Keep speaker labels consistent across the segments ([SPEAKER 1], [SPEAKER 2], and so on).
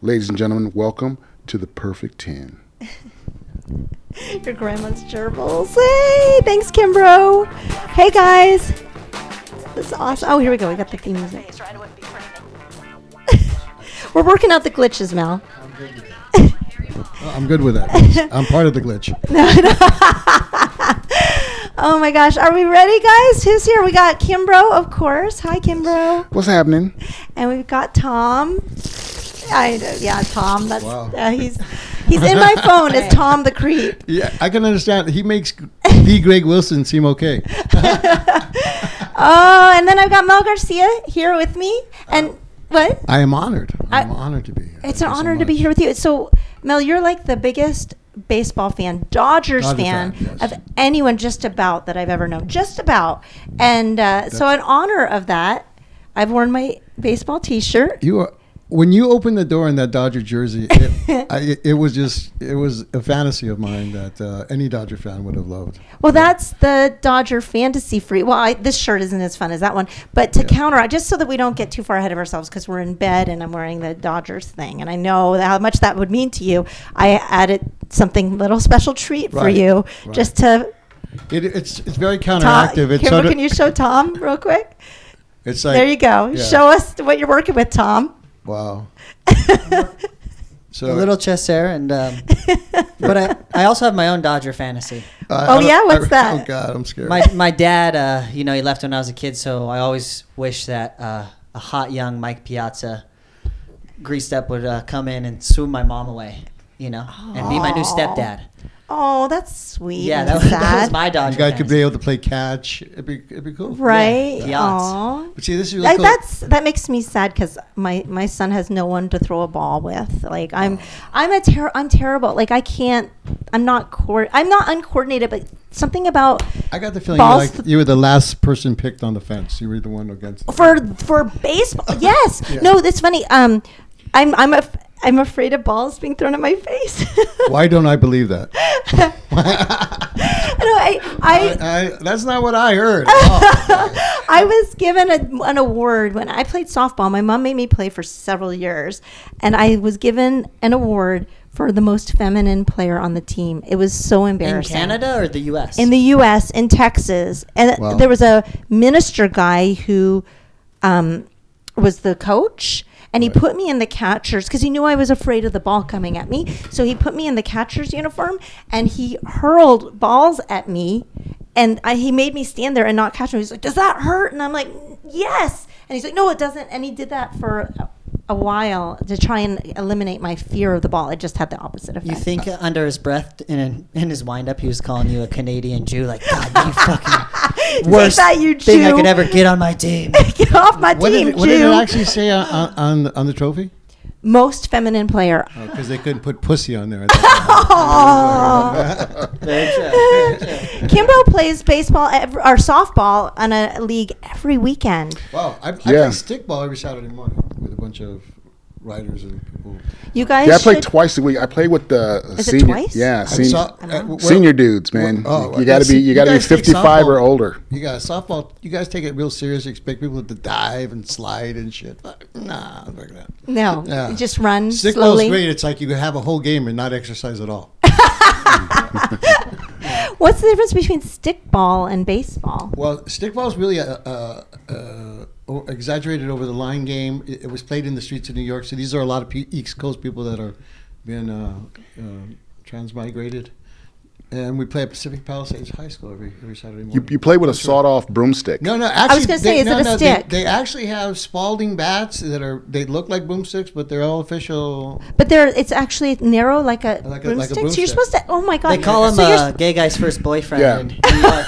[SPEAKER 1] Ladies and gentlemen, welcome to the Perfect 10.
[SPEAKER 2] Your grandma's gerbils. Hey, thanks, Kimbro. Hey, guys. This is awesome. Oh, here we go. We got the theme music. We're working out the glitches, Mel.
[SPEAKER 3] I'm good with that. I'm part of the glitch.
[SPEAKER 2] Oh my gosh, are we ready, guys? Who's here? We got Kimbro, of course. Hi, Kimbro,
[SPEAKER 1] What's happening?
[SPEAKER 2] and we've got Tom. I know, yeah, Tom. That's
[SPEAKER 3] Wow.
[SPEAKER 2] uh, he's he's in my phone. Is Tom the creep?
[SPEAKER 3] Yeah, I can understand. He makes the Greg Wilson seem okay.
[SPEAKER 2] Oh, and then I've got Mel Garcia here with me, and what?
[SPEAKER 3] Oh. I am honored. I'm
[SPEAKER 2] I-
[SPEAKER 3] honored to be here.
[SPEAKER 2] It's
[SPEAKER 3] Thank
[SPEAKER 2] an
[SPEAKER 3] you so
[SPEAKER 2] honor to be
[SPEAKER 3] much.
[SPEAKER 2] here with you. So, Mel, you're like the biggest baseball fan, Dodgers
[SPEAKER 3] Dodger
[SPEAKER 2] fan
[SPEAKER 3] fan,
[SPEAKER 2] of
[SPEAKER 3] yes.
[SPEAKER 2] anyone just about that I've ever known, just about. And uh, so, in honor of that, I've worn my baseball T-shirt.
[SPEAKER 3] You are. When you opened the door in that Dodger jersey, it, I, it was just it was a fantasy of mine that uh, any Dodger fan would have loved.
[SPEAKER 2] Well, that's the Dodger fantasy free. Well, I, this shirt isn't as fun as that one, but to counter, just so that we don't get too far ahead of ourselves, because we're in bed and I'm wearing the Dodgers thing, and I know that how much that would mean to you. I added something little special treat for
[SPEAKER 3] Right,
[SPEAKER 2] you,
[SPEAKER 3] right.
[SPEAKER 2] just to.
[SPEAKER 3] It, it's it's very
[SPEAKER 2] Tom,
[SPEAKER 3] counteractive. It's
[SPEAKER 2] Kimber,
[SPEAKER 3] sort of,
[SPEAKER 2] can you show Tom real quick?
[SPEAKER 3] it's like
[SPEAKER 2] there you go.
[SPEAKER 3] yeah.
[SPEAKER 2] Show us what you're working with, Tom.
[SPEAKER 3] Wow. so
[SPEAKER 4] a little chest hair and um, but I, I also have my own Dodger fantasy.
[SPEAKER 3] I-
[SPEAKER 2] Oh,
[SPEAKER 3] I don't-
[SPEAKER 2] yeah? What's
[SPEAKER 3] I-
[SPEAKER 2] that?
[SPEAKER 3] Oh God, I'm scared.
[SPEAKER 4] My my dad, uh, you know, he left when I was a kid, so I always wish that uh, a hot young Mike Piazza greased up would uh, come in and swoon my mom away, you know, and be my new stepdad.
[SPEAKER 2] Oh, that's sweet.
[SPEAKER 4] Yeah,
[SPEAKER 2] and
[SPEAKER 4] that was,
[SPEAKER 2] sad.
[SPEAKER 4] that was my Dodger.
[SPEAKER 3] you guys could
[SPEAKER 4] fantasy.
[SPEAKER 3] be able to play catch. It'd be it'd be cool.
[SPEAKER 2] right.
[SPEAKER 4] Yeah. Yachts.
[SPEAKER 2] Aw.
[SPEAKER 3] But see, this is really
[SPEAKER 2] Like
[SPEAKER 3] cool.
[SPEAKER 2] that's that makes me sad because my my son has no one to throw a ball with. Like
[SPEAKER 3] Oh.
[SPEAKER 2] I'm I'm a ter- I'm terrible. Like I can't. I'm not coor- I'm not uncoordinated, but something about
[SPEAKER 3] I got the feeling you,
[SPEAKER 2] Balls
[SPEAKER 3] like,
[SPEAKER 2] th-
[SPEAKER 3] you were the last person picked on the fence. You were the one against.
[SPEAKER 2] for for baseball. Yes.
[SPEAKER 3] Yeah.
[SPEAKER 2] No, that's funny. Um, I'm I'm a. I'm afraid of balls being thrown at my face.
[SPEAKER 3] Why don't I believe that?
[SPEAKER 2] I know. I, I,
[SPEAKER 3] I, that's not what I heard. Oh. at all.
[SPEAKER 2] I was given a, an award when I played softball. My mom made me play for several years, and I was given an award for the most feminine player on the team. It was so
[SPEAKER 4] in
[SPEAKER 2] embarrassing.
[SPEAKER 4] Canada or the U.S.
[SPEAKER 2] In the U.S., in Texas, and
[SPEAKER 3] Wow.
[SPEAKER 2] there was a minister guy who um, was the coach, and he put me in the catcher's because he knew I was afraid of the ball coming at me. So he put me in the catcher's uniform, and he hurled balls at me, and I, he made me stand there and not catch them. He's like, "Does that hurt?" And I'm like, "Yes." And he's like, "No, it doesn't." And he did that for. A, a while to try and eliminate my fear of the ball. It just had the opposite effect.
[SPEAKER 4] You think uh, under his breath in in his windup, he was calling you a Canadian Jew? Like, God, you fucking worst
[SPEAKER 2] that, you
[SPEAKER 4] thing I
[SPEAKER 2] Jew."
[SPEAKER 4] could ever get on my team.
[SPEAKER 2] Get off my
[SPEAKER 3] What,
[SPEAKER 2] team,
[SPEAKER 3] did, it- what
[SPEAKER 2] Jew.
[SPEAKER 3] did it actually say on, on- on, the- on the trophy?
[SPEAKER 2] most feminine player.
[SPEAKER 3] Because Oh, they couldn't put pussy on there.
[SPEAKER 4] Very true.
[SPEAKER 2] Kimbo plays baseball ev or softball on a league every weekend.
[SPEAKER 3] wow, I, I
[SPEAKER 1] Yeah.
[SPEAKER 3] play stickball every Saturday morning with a bunch of writers and people.
[SPEAKER 2] You guys,
[SPEAKER 1] Yeah, I play
[SPEAKER 2] should-
[SPEAKER 1] twice a week. I play with the
[SPEAKER 2] Is it
[SPEAKER 1] senior.
[SPEAKER 2] twice?
[SPEAKER 1] Yeah,
[SPEAKER 3] I
[SPEAKER 1] senior,
[SPEAKER 3] saw- uh, well-
[SPEAKER 1] senior dudes, man.
[SPEAKER 3] Well, oh,
[SPEAKER 1] you got to be you got to be
[SPEAKER 3] guys take
[SPEAKER 1] 55 or
[SPEAKER 3] softball-
[SPEAKER 1] older.
[SPEAKER 3] You got softball. You guys take it real serious. You expect people to dive and slide and shit. Fuck, Nah, I'm fucking out.
[SPEAKER 2] no,
[SPEAKER 3] Yeah.
[SPEAKER 2] you just run
[SPEAKER 3] Stickball's
[SPEAKER 2] slowly.
[SPEAKER 3] great. It's like you have a whole game and not exercise at all.
[SPEAKER 2] What's the difference between stickball and baseball?
[SPEAKER 3] Well, stickball is really a, a, a, o- exaggerated over the line game. It, it was played in the streets of New York. So these are a lot of pe- East Coast people that are being uh, uh, transmigrated. And we play at Pacific Palisades High School every, every Saturday morning.
[SPEAKER 1] You, you play with a sawed-off broomstick.
[SPEAKER 3] no, no. Actually,
[SPEAKER 2] gonna say,
[SPEAKER 3] they-
[SPEAKER 2] is
[SPEAKER 3] no,
[SPEAKER 2] it a
[SPEAKER 3] no,
[SPEAKER 2] stick?
[SPEAKER 3] They, they actually have Spalding bats that are they look like boomsticks, but they're all official.
[SPEAKER 2] But there, it's actually narrow like a
[SPEAKER 3] Like a- like a
[SPEAKER 2] broomstick. so you're
[SPEAKER 3] broomstick.
[SPEAKER 2] supposed to. Oh my god!
[SPEAKER 4] They call him
[SPEAKER 2] So you're-
[SPEAKER 4] uh, gay guy's first boyfriend.
[SPEAKER 1] Yeah.
[SPEAKER 4] in New York.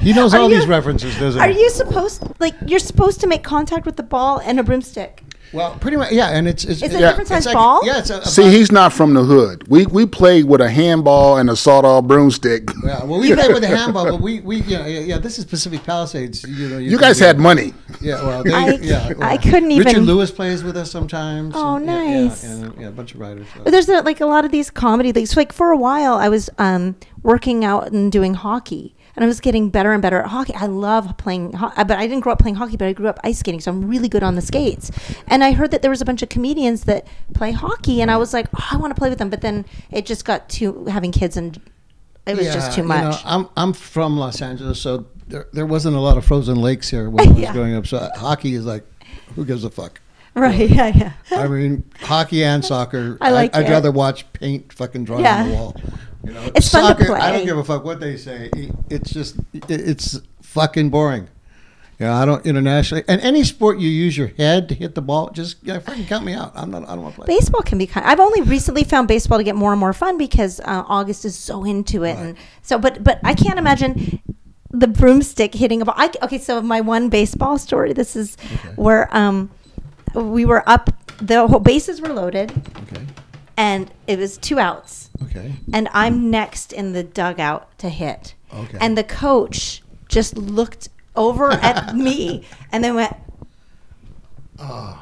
[SPEAKER 3] He knows
[SPEAKER 2] Are
[SPEAKER 3] all
[SPEAKER 2] you-
[SPEAKER 3] these references, doesn't
[SPEAKER 2] Are
[SPEAKER 3] he?
[SPEAKER 2] you supposed like you're supposed to make contact with the ball and a broomstick?
[SPEAKER 3] Well, pretty much. Yeah, and it's it's
[SPEAKER 2] Is it
[SPEAKER 3] yeah,
[SPEAKER 2] different size
[SPEAKER 3] it's like-
[SPEAKER 2] ball?
[SPEAKER 3] Yeah, it's a, a
[SPEAKER 1] See,
[SPEAKER 3] ball-
[SPEAKER 1] he's not from the hood. We we play with a handball and a sawed-off broomstick.
[SPEAKER 3] Yeah, well, we played with a handball, but we, we you know, yeah, yeah, this is Pacific Palisades. You know,
[SPEAKER 1] You guys had money.
[SPEAKER 3] Yeah, well, they,
[SPEAKER 2] I-
[SPEAKER 3] yeah, well,
[SPEAKER 2] I couldn't
[SPEAKER 3] Richard
[SPEAKER 2] even-
[SPEAKER 3] Lewis plays with us sometimes.
[SPEAKER 2] Oh,
[SPEAKER 3] and, yeah, yeah,
[SPEAKER 2] nice.
[SPEAKER 3] and, uh, yeah, a bunch of writers. so.
[SPEAKER 2] But there's a, like a lot of these comedy leagues. Like for a while, I was um, working out and doing hockey. And and I was getting better and better at hockey. I love playing, ho- uh, but I didn't grow up playing hockey, but I grew up ice skating, so I'm really good on the skates. And I heard that there was a bunch of comedians that play hockey, and I was like, oh, I want to play with them. But then it just got to having kids, and it was just
[SPEAKER 3] Yeah,
[SPEAKER 2] too
[SPEAKER 3] you know,
[SPEAKER 2] much.
[SPEAKER 3] I'm I'm from Los Angeles, so there, there wasn't a lot of frozen lakes here when I was
[SPEAKER 2] Yeah.
[SPEAKER 3] growing up. So uh, hockey is like, who gives a fuck?
[SPEAKER 2] right? Yeah, yeah.
[SPEAKER 3] I mean, hockey and soccer.
[SPEAKER 2] I like
[SPEAKER 3] I'd
[SPEAKER 2] it.
[SPEAKER 3] rather watch paint fucking drawn on
[SPEAKER 2] Yeah.
[SPEAKER 3] the wall. You know,
[SPEAKER 2] It's fun to
[SPEAKER 3] soccer. I
[SPEAKER 2] play.
[SPEAKER 3] don't give a fuck what they say. It- It's just it- it's fucking boring. Yeah, I don't internationally and any sport you use your head to hit the ball. Just yeah, fucking count me out. I'm not. I don't want to play.
[SPEAKER 2] Baseball can be kind. I've only recently found baseball to get more and more fun because uh, August is so into it, and so. But but I can't imagine the broomstick hitting a ball. I, okay, so my one baseball story. This is where um we were up. The whole bases were loaded,
[SPEAKER 3] Okay.
[SPEAKER 2] and it was two outs,
[SPEAKER 3] Okay.
[SPEAKER 2] and I'm next in the dugout to hit.
[SPEAKER 3] Okay.
[SPEAKER 2] And the coach just looked over at me and then went.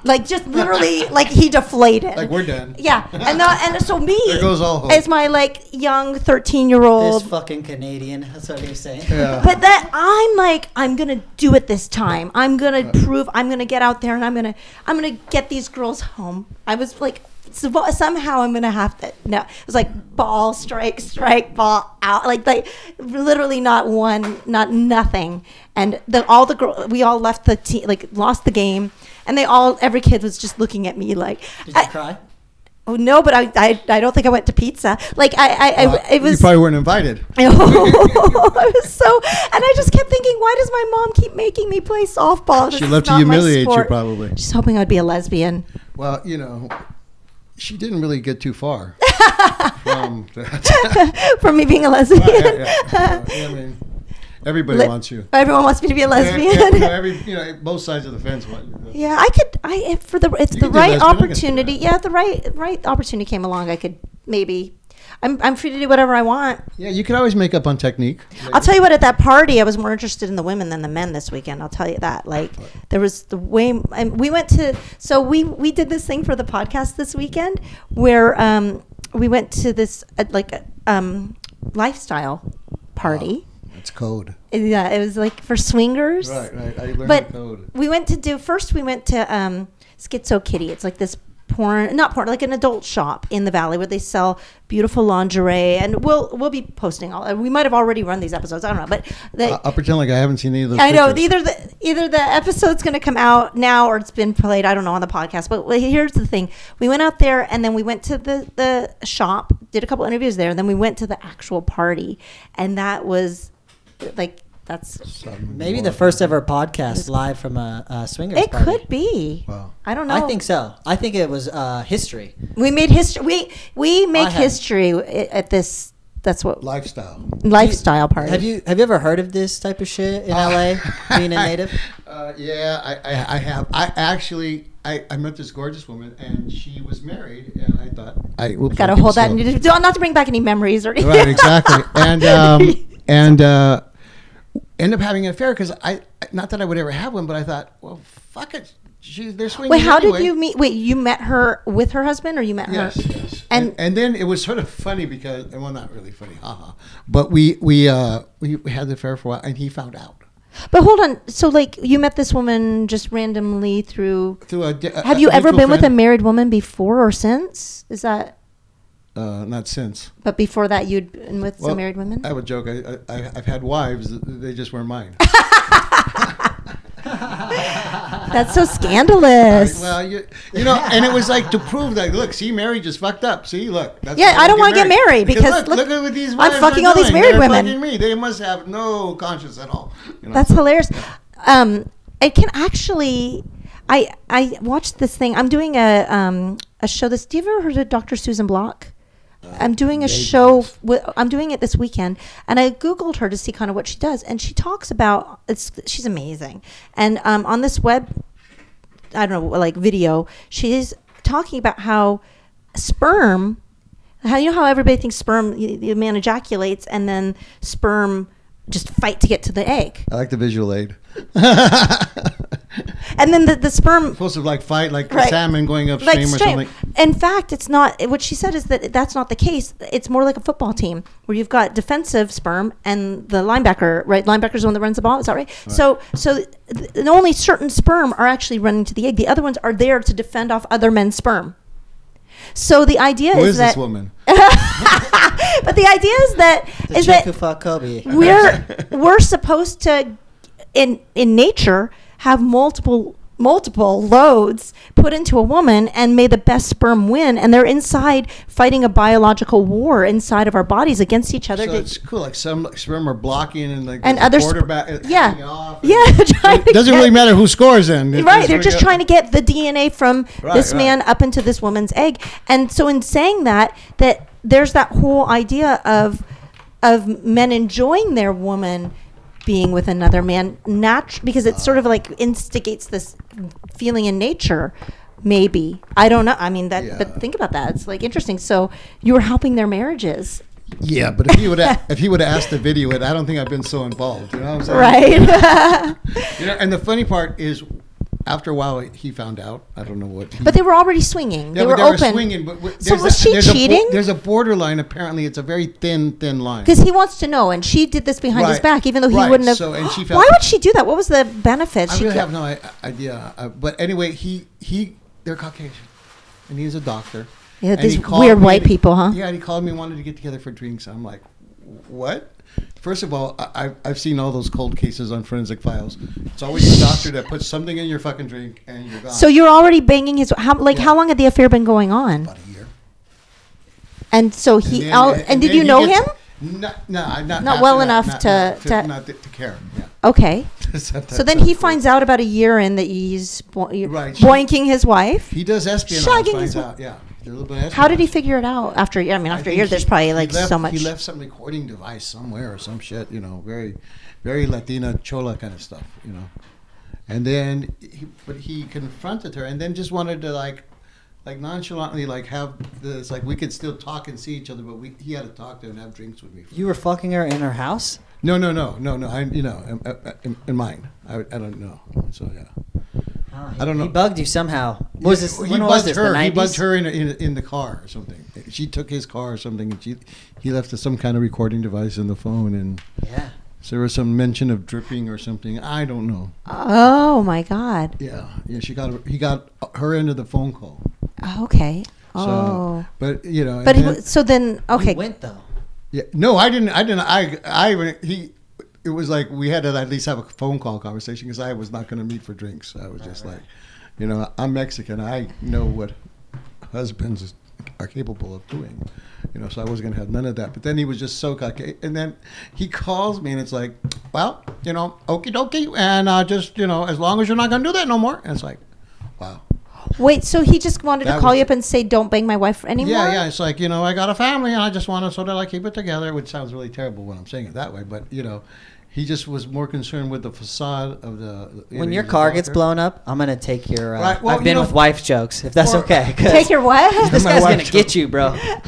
[SPEAKER 2] Like just literally, like he deflated.
[SPEAKER 3] Ah. Like we're done.
[SPEAKER 2] Yeah, and the, and so me
[SPEAKER 3] There goes all hope.
[SPEAKER 2] as my like young thirteen year old.
[SPEAKER 4] This fucking Canadian. That's what he was saying.
[SPEAKER 3] Yeah.
[SPEAKER 2] but that I'm like I'm gonna do it this time. I'm gonna prove. I'm gonna get out there and I'm gonna I'm gonna get these girls home. I was like so- somehow I'm gonna have to. No, it was like ball strike strike ball out. Like like literally not one not nothing. And the all the girl we all left the team like lost the game. And they all, every kid was just looking at me like,
[SPEAKER 4] Did you
[SPEAKER 2] I-
[SPEAKER 4] cry?
[SPEAKER 2] Oh no, but I, I, I don't think I went to pizza. Like I, I, I it
[SPEAKER 3] Uh, you
[SPEAKER 2] was.
[SPEAKER 3] probably weren't invited.
[SPEAKER 2] Oh, I was so, and I just kept thinking, why does my mom keep making me play softball? This
[SPEAKER 3] She
[SPEAKER 2] is
[SPEAKER 3] loved to
[SPEAKER 2] not my
[SPEAKER 3] humiliate you,
[SPEAKER 2] sport."
[SPEAKER 3] probably.
[SPEAKER 2] She's hoping I'd be a lesbian.
[SPEAKER 3] Well, you know, she didn't really get too far from that.
[SPEAKER 2] For me being a lesbian,
[SPEAKER 3] yeah, yeah. You know, I mean, everybody
[SPEAKER 2] Le-
[SPEAKER 3] wants you.
[SPEAKER 2] everyone wants me to be a
[SPEAKER 3] Yeah, you know,
[SPEAKER 2] lesbian.
[SPEAKER 3] every, you know, both sides of the fence want you.
[SPEAKER 2] yeah, I could. I if for the if the
[SPEAKER 3] You could do
[SPEAKER 2] right
[SPEAKER 3] lesbian, I could do
[SPEAKER 2] opportunity,
[SPEAKER 3] that.
[SPEAKER 2] yeah, if the right right opportunity came along, I could maybe. I'm I'm free to do whatever I want.
[SPEAKER 3] Yeah, you can always make up on technique.
[SPEAKER 2] I'll tell you what. At that party, I was more interested in the women than the men this weekend. I'll tell you that. Like there was the way, and we went to. So we we did this thing for the podcast this weekend where um, we went to this uh, like uh, um, lifestyle party.
[SPEAKER 3] That's code.
[SPEAKER 2] Yeah, it was like for swingers.
[SPEAKER 3] Right, right. I learned
[SPEAKER 2] But
[SPEAKER 3] code.
[SPEAKER 2] we went to do first. We went to um, Schizo Kitty. It's like this porn, not porn, like an adult shop in the valley where they sell beautiful lingerie. And we'll we'll be posting all. We might have already run these episodes. I don't know, but the,
[SPEAKER 3] I- I'll pretend like I haven't seen any of those.
[SPEAKER 2] I know
[SPEAKER 3] pictures.
[SPEAKER 2] either the either the episode's going to come out now or it's been played. I don't know on the podcast, but well, here's the thing: we went out there and then we went to the the shop, did a couple interviews there, and then we went to the actual party, and that was like that's
[SPEAKER 3] Some
[SPEAKER 4] Maybe
[SPEAKER 3] more.
[SPEAKER 4] the first ever podcast live from a, a swingers
[SPEAKER 2] it
[SPEAKER 4] party.
[SPEAKER 2] could be.
[SPEAKER 3] Wow.
[SPEAKER 2] I don't know.
[SPEAKER 4] I think so. I think it was uh, history.
[SPEAKER 2] we made history. We we make
[SPEAKER 4] I have-
[SPEAKER 2] history i- at this. That's what
[SPEAKER 3] lifestyle.
[SPEAKER 2] lifestyle party.
[SPEAKER 4] Have you have you ever heard of this type of shit in LA? Being a native,
[SPEAKER 3] Uh, yeah, I, I, I have. I actually, I, I met this gorgeous woman, and she was married, and I thought I oops,
[SPEAKER 2] got to
[SPEAKER 3] I can
[SPEAKER 2] hold that?
[SPEAKER 3] still-
[SPEAKER 2] And you don't not to bring back any memories or anything.
[SPEAKER 3] right exactly and um, and uh, end up having an affair because I not that I would ever have one but I thought well fuck it she's they're swinging
[SPEAKER 2] Wait, how
[SPEAKER 3] anyway.
[SPEAKER 2] did you meet? Wait, you met her with her husband, or you met
[SPEAKER 3] yes,
[SPEAKER 2] her?
[SPEAKER 3] yes.
[SPEAKER 2] And-
[SPEAKER 3] And, and then it was sort of funny because well not really funny haha but we we uh we, we had the affair for a while and he found out
[SPEAKER 2] But hold on. So, like, you met this woman just randomly through.
[SPEAKER 3] through a di- a-
[SPEAKER 2] Have
[SPEAKER 3] a
[SPEAKER 2] you ever
[SPEAKER 3] mutual
[SPEAKER 2] been with a
[SPEAKER 3] friend.
[SPEAKER 2] married woman before or since? Is that.
[SPEAKER 3] uh, not since
[SPEAKER 2] But before that, you'd been with
[SPEAKER 3] Well,
[SPEAKER 2] some married women?
[SPEAKER 3] I would joke I, I I've had wives they just weren't mine
[SPEAKER 2] That's so scandalous.
[SPEAKER 3] well you you know and it was like to prove that look see marriage is fucked up see look that's
[SPEAKER 2] Yeah,
[SPEAKER 3] why
[SPEAKER 2] I don't wanna get married because
[SPEAKER 3] look,
[SPEAKER 2] look,
[SPEAKER 3] look at what these
[SPEAKER 2] I'm
[SPEAKER 3] wives are
[SPEAKER 2] fucking all these
[SPEAKER 3] doing.
[SPEAKER 2] married
[SPEAKER 3] They're
[SPEAKER 2] women.
[SPEAKER 3] fucking me they must have no conscience at all you know?
[SPEAKER 2] That's hilarious. Um, it can actually. I I watched this thing. I'm doing a um a show. This. Do you ever heard of Dr. Susan Block? I'm doing a show. With, I'm doing it this weekend, and I googled her to see kind of what she does, and she talks about. It's she's amazing, and um, on this web I don't know, like video, she's talking about how sperm, how you know how everybody thinks sperm, y- the man ejaculates and then sperm just fight to get to the egg,
[SPEAKER 3] I like the visual aid
[SPEAKER 2] and then the, the sperm
[SPEAKER 3] supposed to like fight like
[SPEAKER 2] Right.
[SPEAKER 3] salmon going upstream
[SPEAKER 2] like
[SPEAKER 3] or
[SPEAKER 2] straight,
[SPEAKER 3] something
[SPEAKER 2] in fact, it's not what she said is that that's not the case. It's more like a football team where you've got defensive sperm and the linebacker, right? Linebacker's the one that runs the ball. Is that right? So, so th- th- only certain sperm are actually running to the egg. The other ones are there to defend off other men's sperm. So the idea
[SPEAKER 3] Who
[SPEAKER 2] is,
[SPEAKER 3] is
[SPEAKER 2] that,
[SPEAKER 3] this woman?
[SPEAKER 2] but the idea is that is
[SPEAKER 4] The chick
[SPEAKER 2] that
[SPEAKER 4] who fucked Kobe.
[SPEAKER 2] we're we're supposed to in in nature have multiple multiple loads put into a woman and may the best sperm win and they're inside fighting a biological war inside of our bodies against each other
[SPEAKER 3] So
[SPEAKER 2] to-
[SPEAKER 3] it's cool. Like some like, sperm are blocking and like
[SPEAKER 2] and
[SPEAKER 3] the
[SPEAKER 2] other sp-
[SPEAKER 3] quarterback. is hanging
[SPEAKER 2] yeah
[SPEAKER 3] off and-
[SPEAKER 2] yeah trying to
[SPEAKER 3] Doesn't
[SPEAKER 2] get-
[SPEAKER 3] really matter who scores then.
[SPEAKER 2] Right, they're just trying to get the DNA from
[SPEAKER 3] Right,
[SPEAKER 2] this
[SPEAKER 3] right.
[SPEAKER 2] man up into this woman's egg, and so in saying that, that there's that whole idea of of men enjoying their woman being with another man, nat- because it sort of like instigates this feeling in nature. Maybe I don't know. I mean that,
[SPEAKER 3] Yeah.
[SPEAKER 2] but think about that. It's like interesting. So you were helping their marriages,
[SPEAKER 3] Yeah, but if he would have if he would have asked to video it, I don't think I've been so involved. You know what I'm saying?
[SPEAKER 2] right?
[SPEAKER 3] You know, and the funny part is, after a while, he found out. I don't know what. He,
[SPEAKER 2] but they were already swinging.
[SPEAKER 3] Yeah,
[SPEAKER 2] they
[SPEAKER 3] but
[SPEAKER 2] were open.
[SPEAKER 3] swinging. But w-
[SPEAKER 2] so
[SPEAKER 3] there's
[SPEAKER 2] was
[SPEAKER 3] a-
[SPEAKER 2] she
[SPEAKER 3] there's a bo-
[SPEAKER 2] cheating?
[SPEAKER 3] there's a borderline. Apparently, it's a very thin, thin line.
[SPEAKER 2] because he wants to know, and she did this behind his
[SPEAKER 3] Right.
[SPEAKER 2] back, even though he
[SPEAKER 3] Right.
[SPEAKER 2] wouldn't have.
[SPEAKER 3] So, and she
[SPEAKER 2] Why
[SPEAKER 3] felt-
[SPEAKER 2] would she do that? What was the benefit?
[SPEAKER 3] I
[SPEAKER 2] she
[SPEAKER 3] really
[SPEAKER 2] got-
[SPEAKER 3] have no i- idea. Uh, but anyway, he he they're Caucasian, and he's a doctor.
[SPEAKER 2] Yeah,
[SPEAKER 3] And
[SPEAKER 2] these
[SPEAKER 3] he called
[SPEAKER 2] weird
[SPEAKER 3] me
[SPEAKER 2] white
[SPEAKER 3] to-
[SPEAKER 2] people, huh?
[SPEAKER 3] Yeah, and he called me and wanted to get together for drinks. I'm like, what? First of all, I, I've- I've seen all those cold cases on forensic files. It's always the doctor that puts something in your fucking drink and you're gone.
[SPEAKER 2] So you're already banging his. How like
[SPEAKER 3] Yeah.
[SPEAKER 2] how long had the affair been going on?
[SPEAKER 3] about a year.
[SPEAKER 2] And so he.
[SPEAKER 3] then-
[SPEAKER 2] out- and, did
[SPEAKER 3] then
[SPEAKER 2] you
[SPEAKER 3] he
[SPEAKER 2] know
[SPEAKER 3] gets-
[SPEAKER 2] him?
[SPEAKER 3] No, no, I- not
[SPEAKER 2] Not
[SPEAKER 3] after
[SPEAKER 2] well
[SPEAKER 3] that,
[SPEAKER 2] enough
[SPEAKER 3] not-
[SPEAKER 2] to-
[SPEAKER 3] not
[SPEAKER 2] to-
[SPEAKER 3] not to, to care. Yeah.
[SPEAKER 2] Okay. So
[SPEAKER 3] Sometimes
[SPEAKER 2] then
[SPEAKER 3] that's
[SPEAKER 2] he
[SPEAKER 3] cool.
[SPEAKER 2] finds out about a year in that he's bo- you're
[SPEAKER 3] Right.
[SPEAKER 2] boinking his wife.
[SPEAKER 3] he does espionage.
[SPEAKER 2] Shagging
[SPEAKER 3] finds
[SPEAKER 2] his wi-
[SPEAKER 3] out, yeah. There's a little bit of
[SPEAKER 2] How did he
[SPEAKER 3] espionage.
[SPEAKER 2] figure it out after a year? I mean,
[SPEAKER 3] I
[SPEAKER 2] after a
[SPEAKER 3] think
[SPEAKER 2] year,
[SPEAKER 3] he-
[SPEAKER 2] there's probably
[SPEAKER 3] he
[SPEAKER 2] like
[SPEAKER 3] left-
[SPEAKER 2] so much.
[SPEAKER 3] He left some recording device somewhere or some shit, you know, very, very Latina chola kind of stuff, you know. And then, he, but he confronted her, and then just wanted to like, like nonchalantly, like have this, like we could still talk and see each other, but we he had to talk to her and have drinks with me.
[SPEAKER 4] You were fucking her in her house?
[SPEAKER 3] No, no, no, no, no. I, you know, in, in, in mine, I, I don't know. So yeah. I don't know.
[SPEAKER 4] He bugged you somehow. What was this?
[SPEAKER 3] He
[SPEAKER 4] when
[SPEAKER 3] bugged
[SPEAKER 4] was this?
[SPEAKER 3] her.
[SPEAKER 4] The
[SPEAKER 3] He bugged
[SPEAKER 4] 90s?
[SPEAKER 3] her in, in in the car or something. She took his car or something, and she he left some kind of recording device in the phone, and
[SPEAKER 4] Yeah.
[SPEAKER 3] so there was some mention of dripping or something. I don't know.
[SPEAKER 2] oh my god.
[SPEAKER 3] Yeah, yeah. She got he got her into the phone call.
[SPEAKER 2] Okay.
[SPEAKER 3] So,
[SPEAKER 2] Oh.
[SPEAKER 3] but you know.
[SPEAKER 2] but
[SPEAKER 3] and
[SPEAKER 2] he,
[SPEAKER 3] then-
[SPEAKER 2] w- so then okay.
[SPEAKER 4] You went though.
[SPEAKER 3] yeah, no, I didn't. I didn't. I I even- he. It was like we had to at least have a phone call conversation because I was not going to meet for drinks. I was just like, you know, I'm Mexican. I know what husbands are capable of doing. You know, so I wasn't going to have none of that. But then he was just so cocky. And then he calls me and it's like, well, you know, okie dokie. And uh, just, you know, as long as you're not going to do that no more. And it's like, wow.
[SPEAKER 2] Wait. So he just wanted to
[SPEAKER 3] That
[SPEAKER 2] call
[SPEAKER 3] was-
[SPEAKER 2] you up and say, "Don't bang my wife anymore."
[SPEAKER 3] Yeah, yeah. It's like, you know, I got a family and I just want to sort of like keep it together, which sounds really terrible when I'm saying it that way. But, you know, he just was more concerned with the facade of the. you
[SPEAKER 4] When
[SPEAKER 3] know,
[SPEAKER 4] your
[SPEAKER 3] he's a
[SPEAKER 4] car gets
[SPEAKER 3] doctor.
[SPEAKER 4] blown up, I'm gonna take your. Uh,
[SPEAKER 3] Right, well,
[SPEAKER 4] I've been
[SPEAKER 3] you know-
[SPEAKER 4] with wife jokes, if that's
[SPEAKER 3] Or-
[SPEAKER 4] okay. 'cause
[SPEAKER 2] Take your what?
[SPEAKER 4] This
[SPEAKER 3] My
[SPEAKER 4] guy's
[SPEAKER 3] wife
[SPEAKER 4] gonna
[SPEAKER 3] joke.
[SPEAKER 4] get you, bro.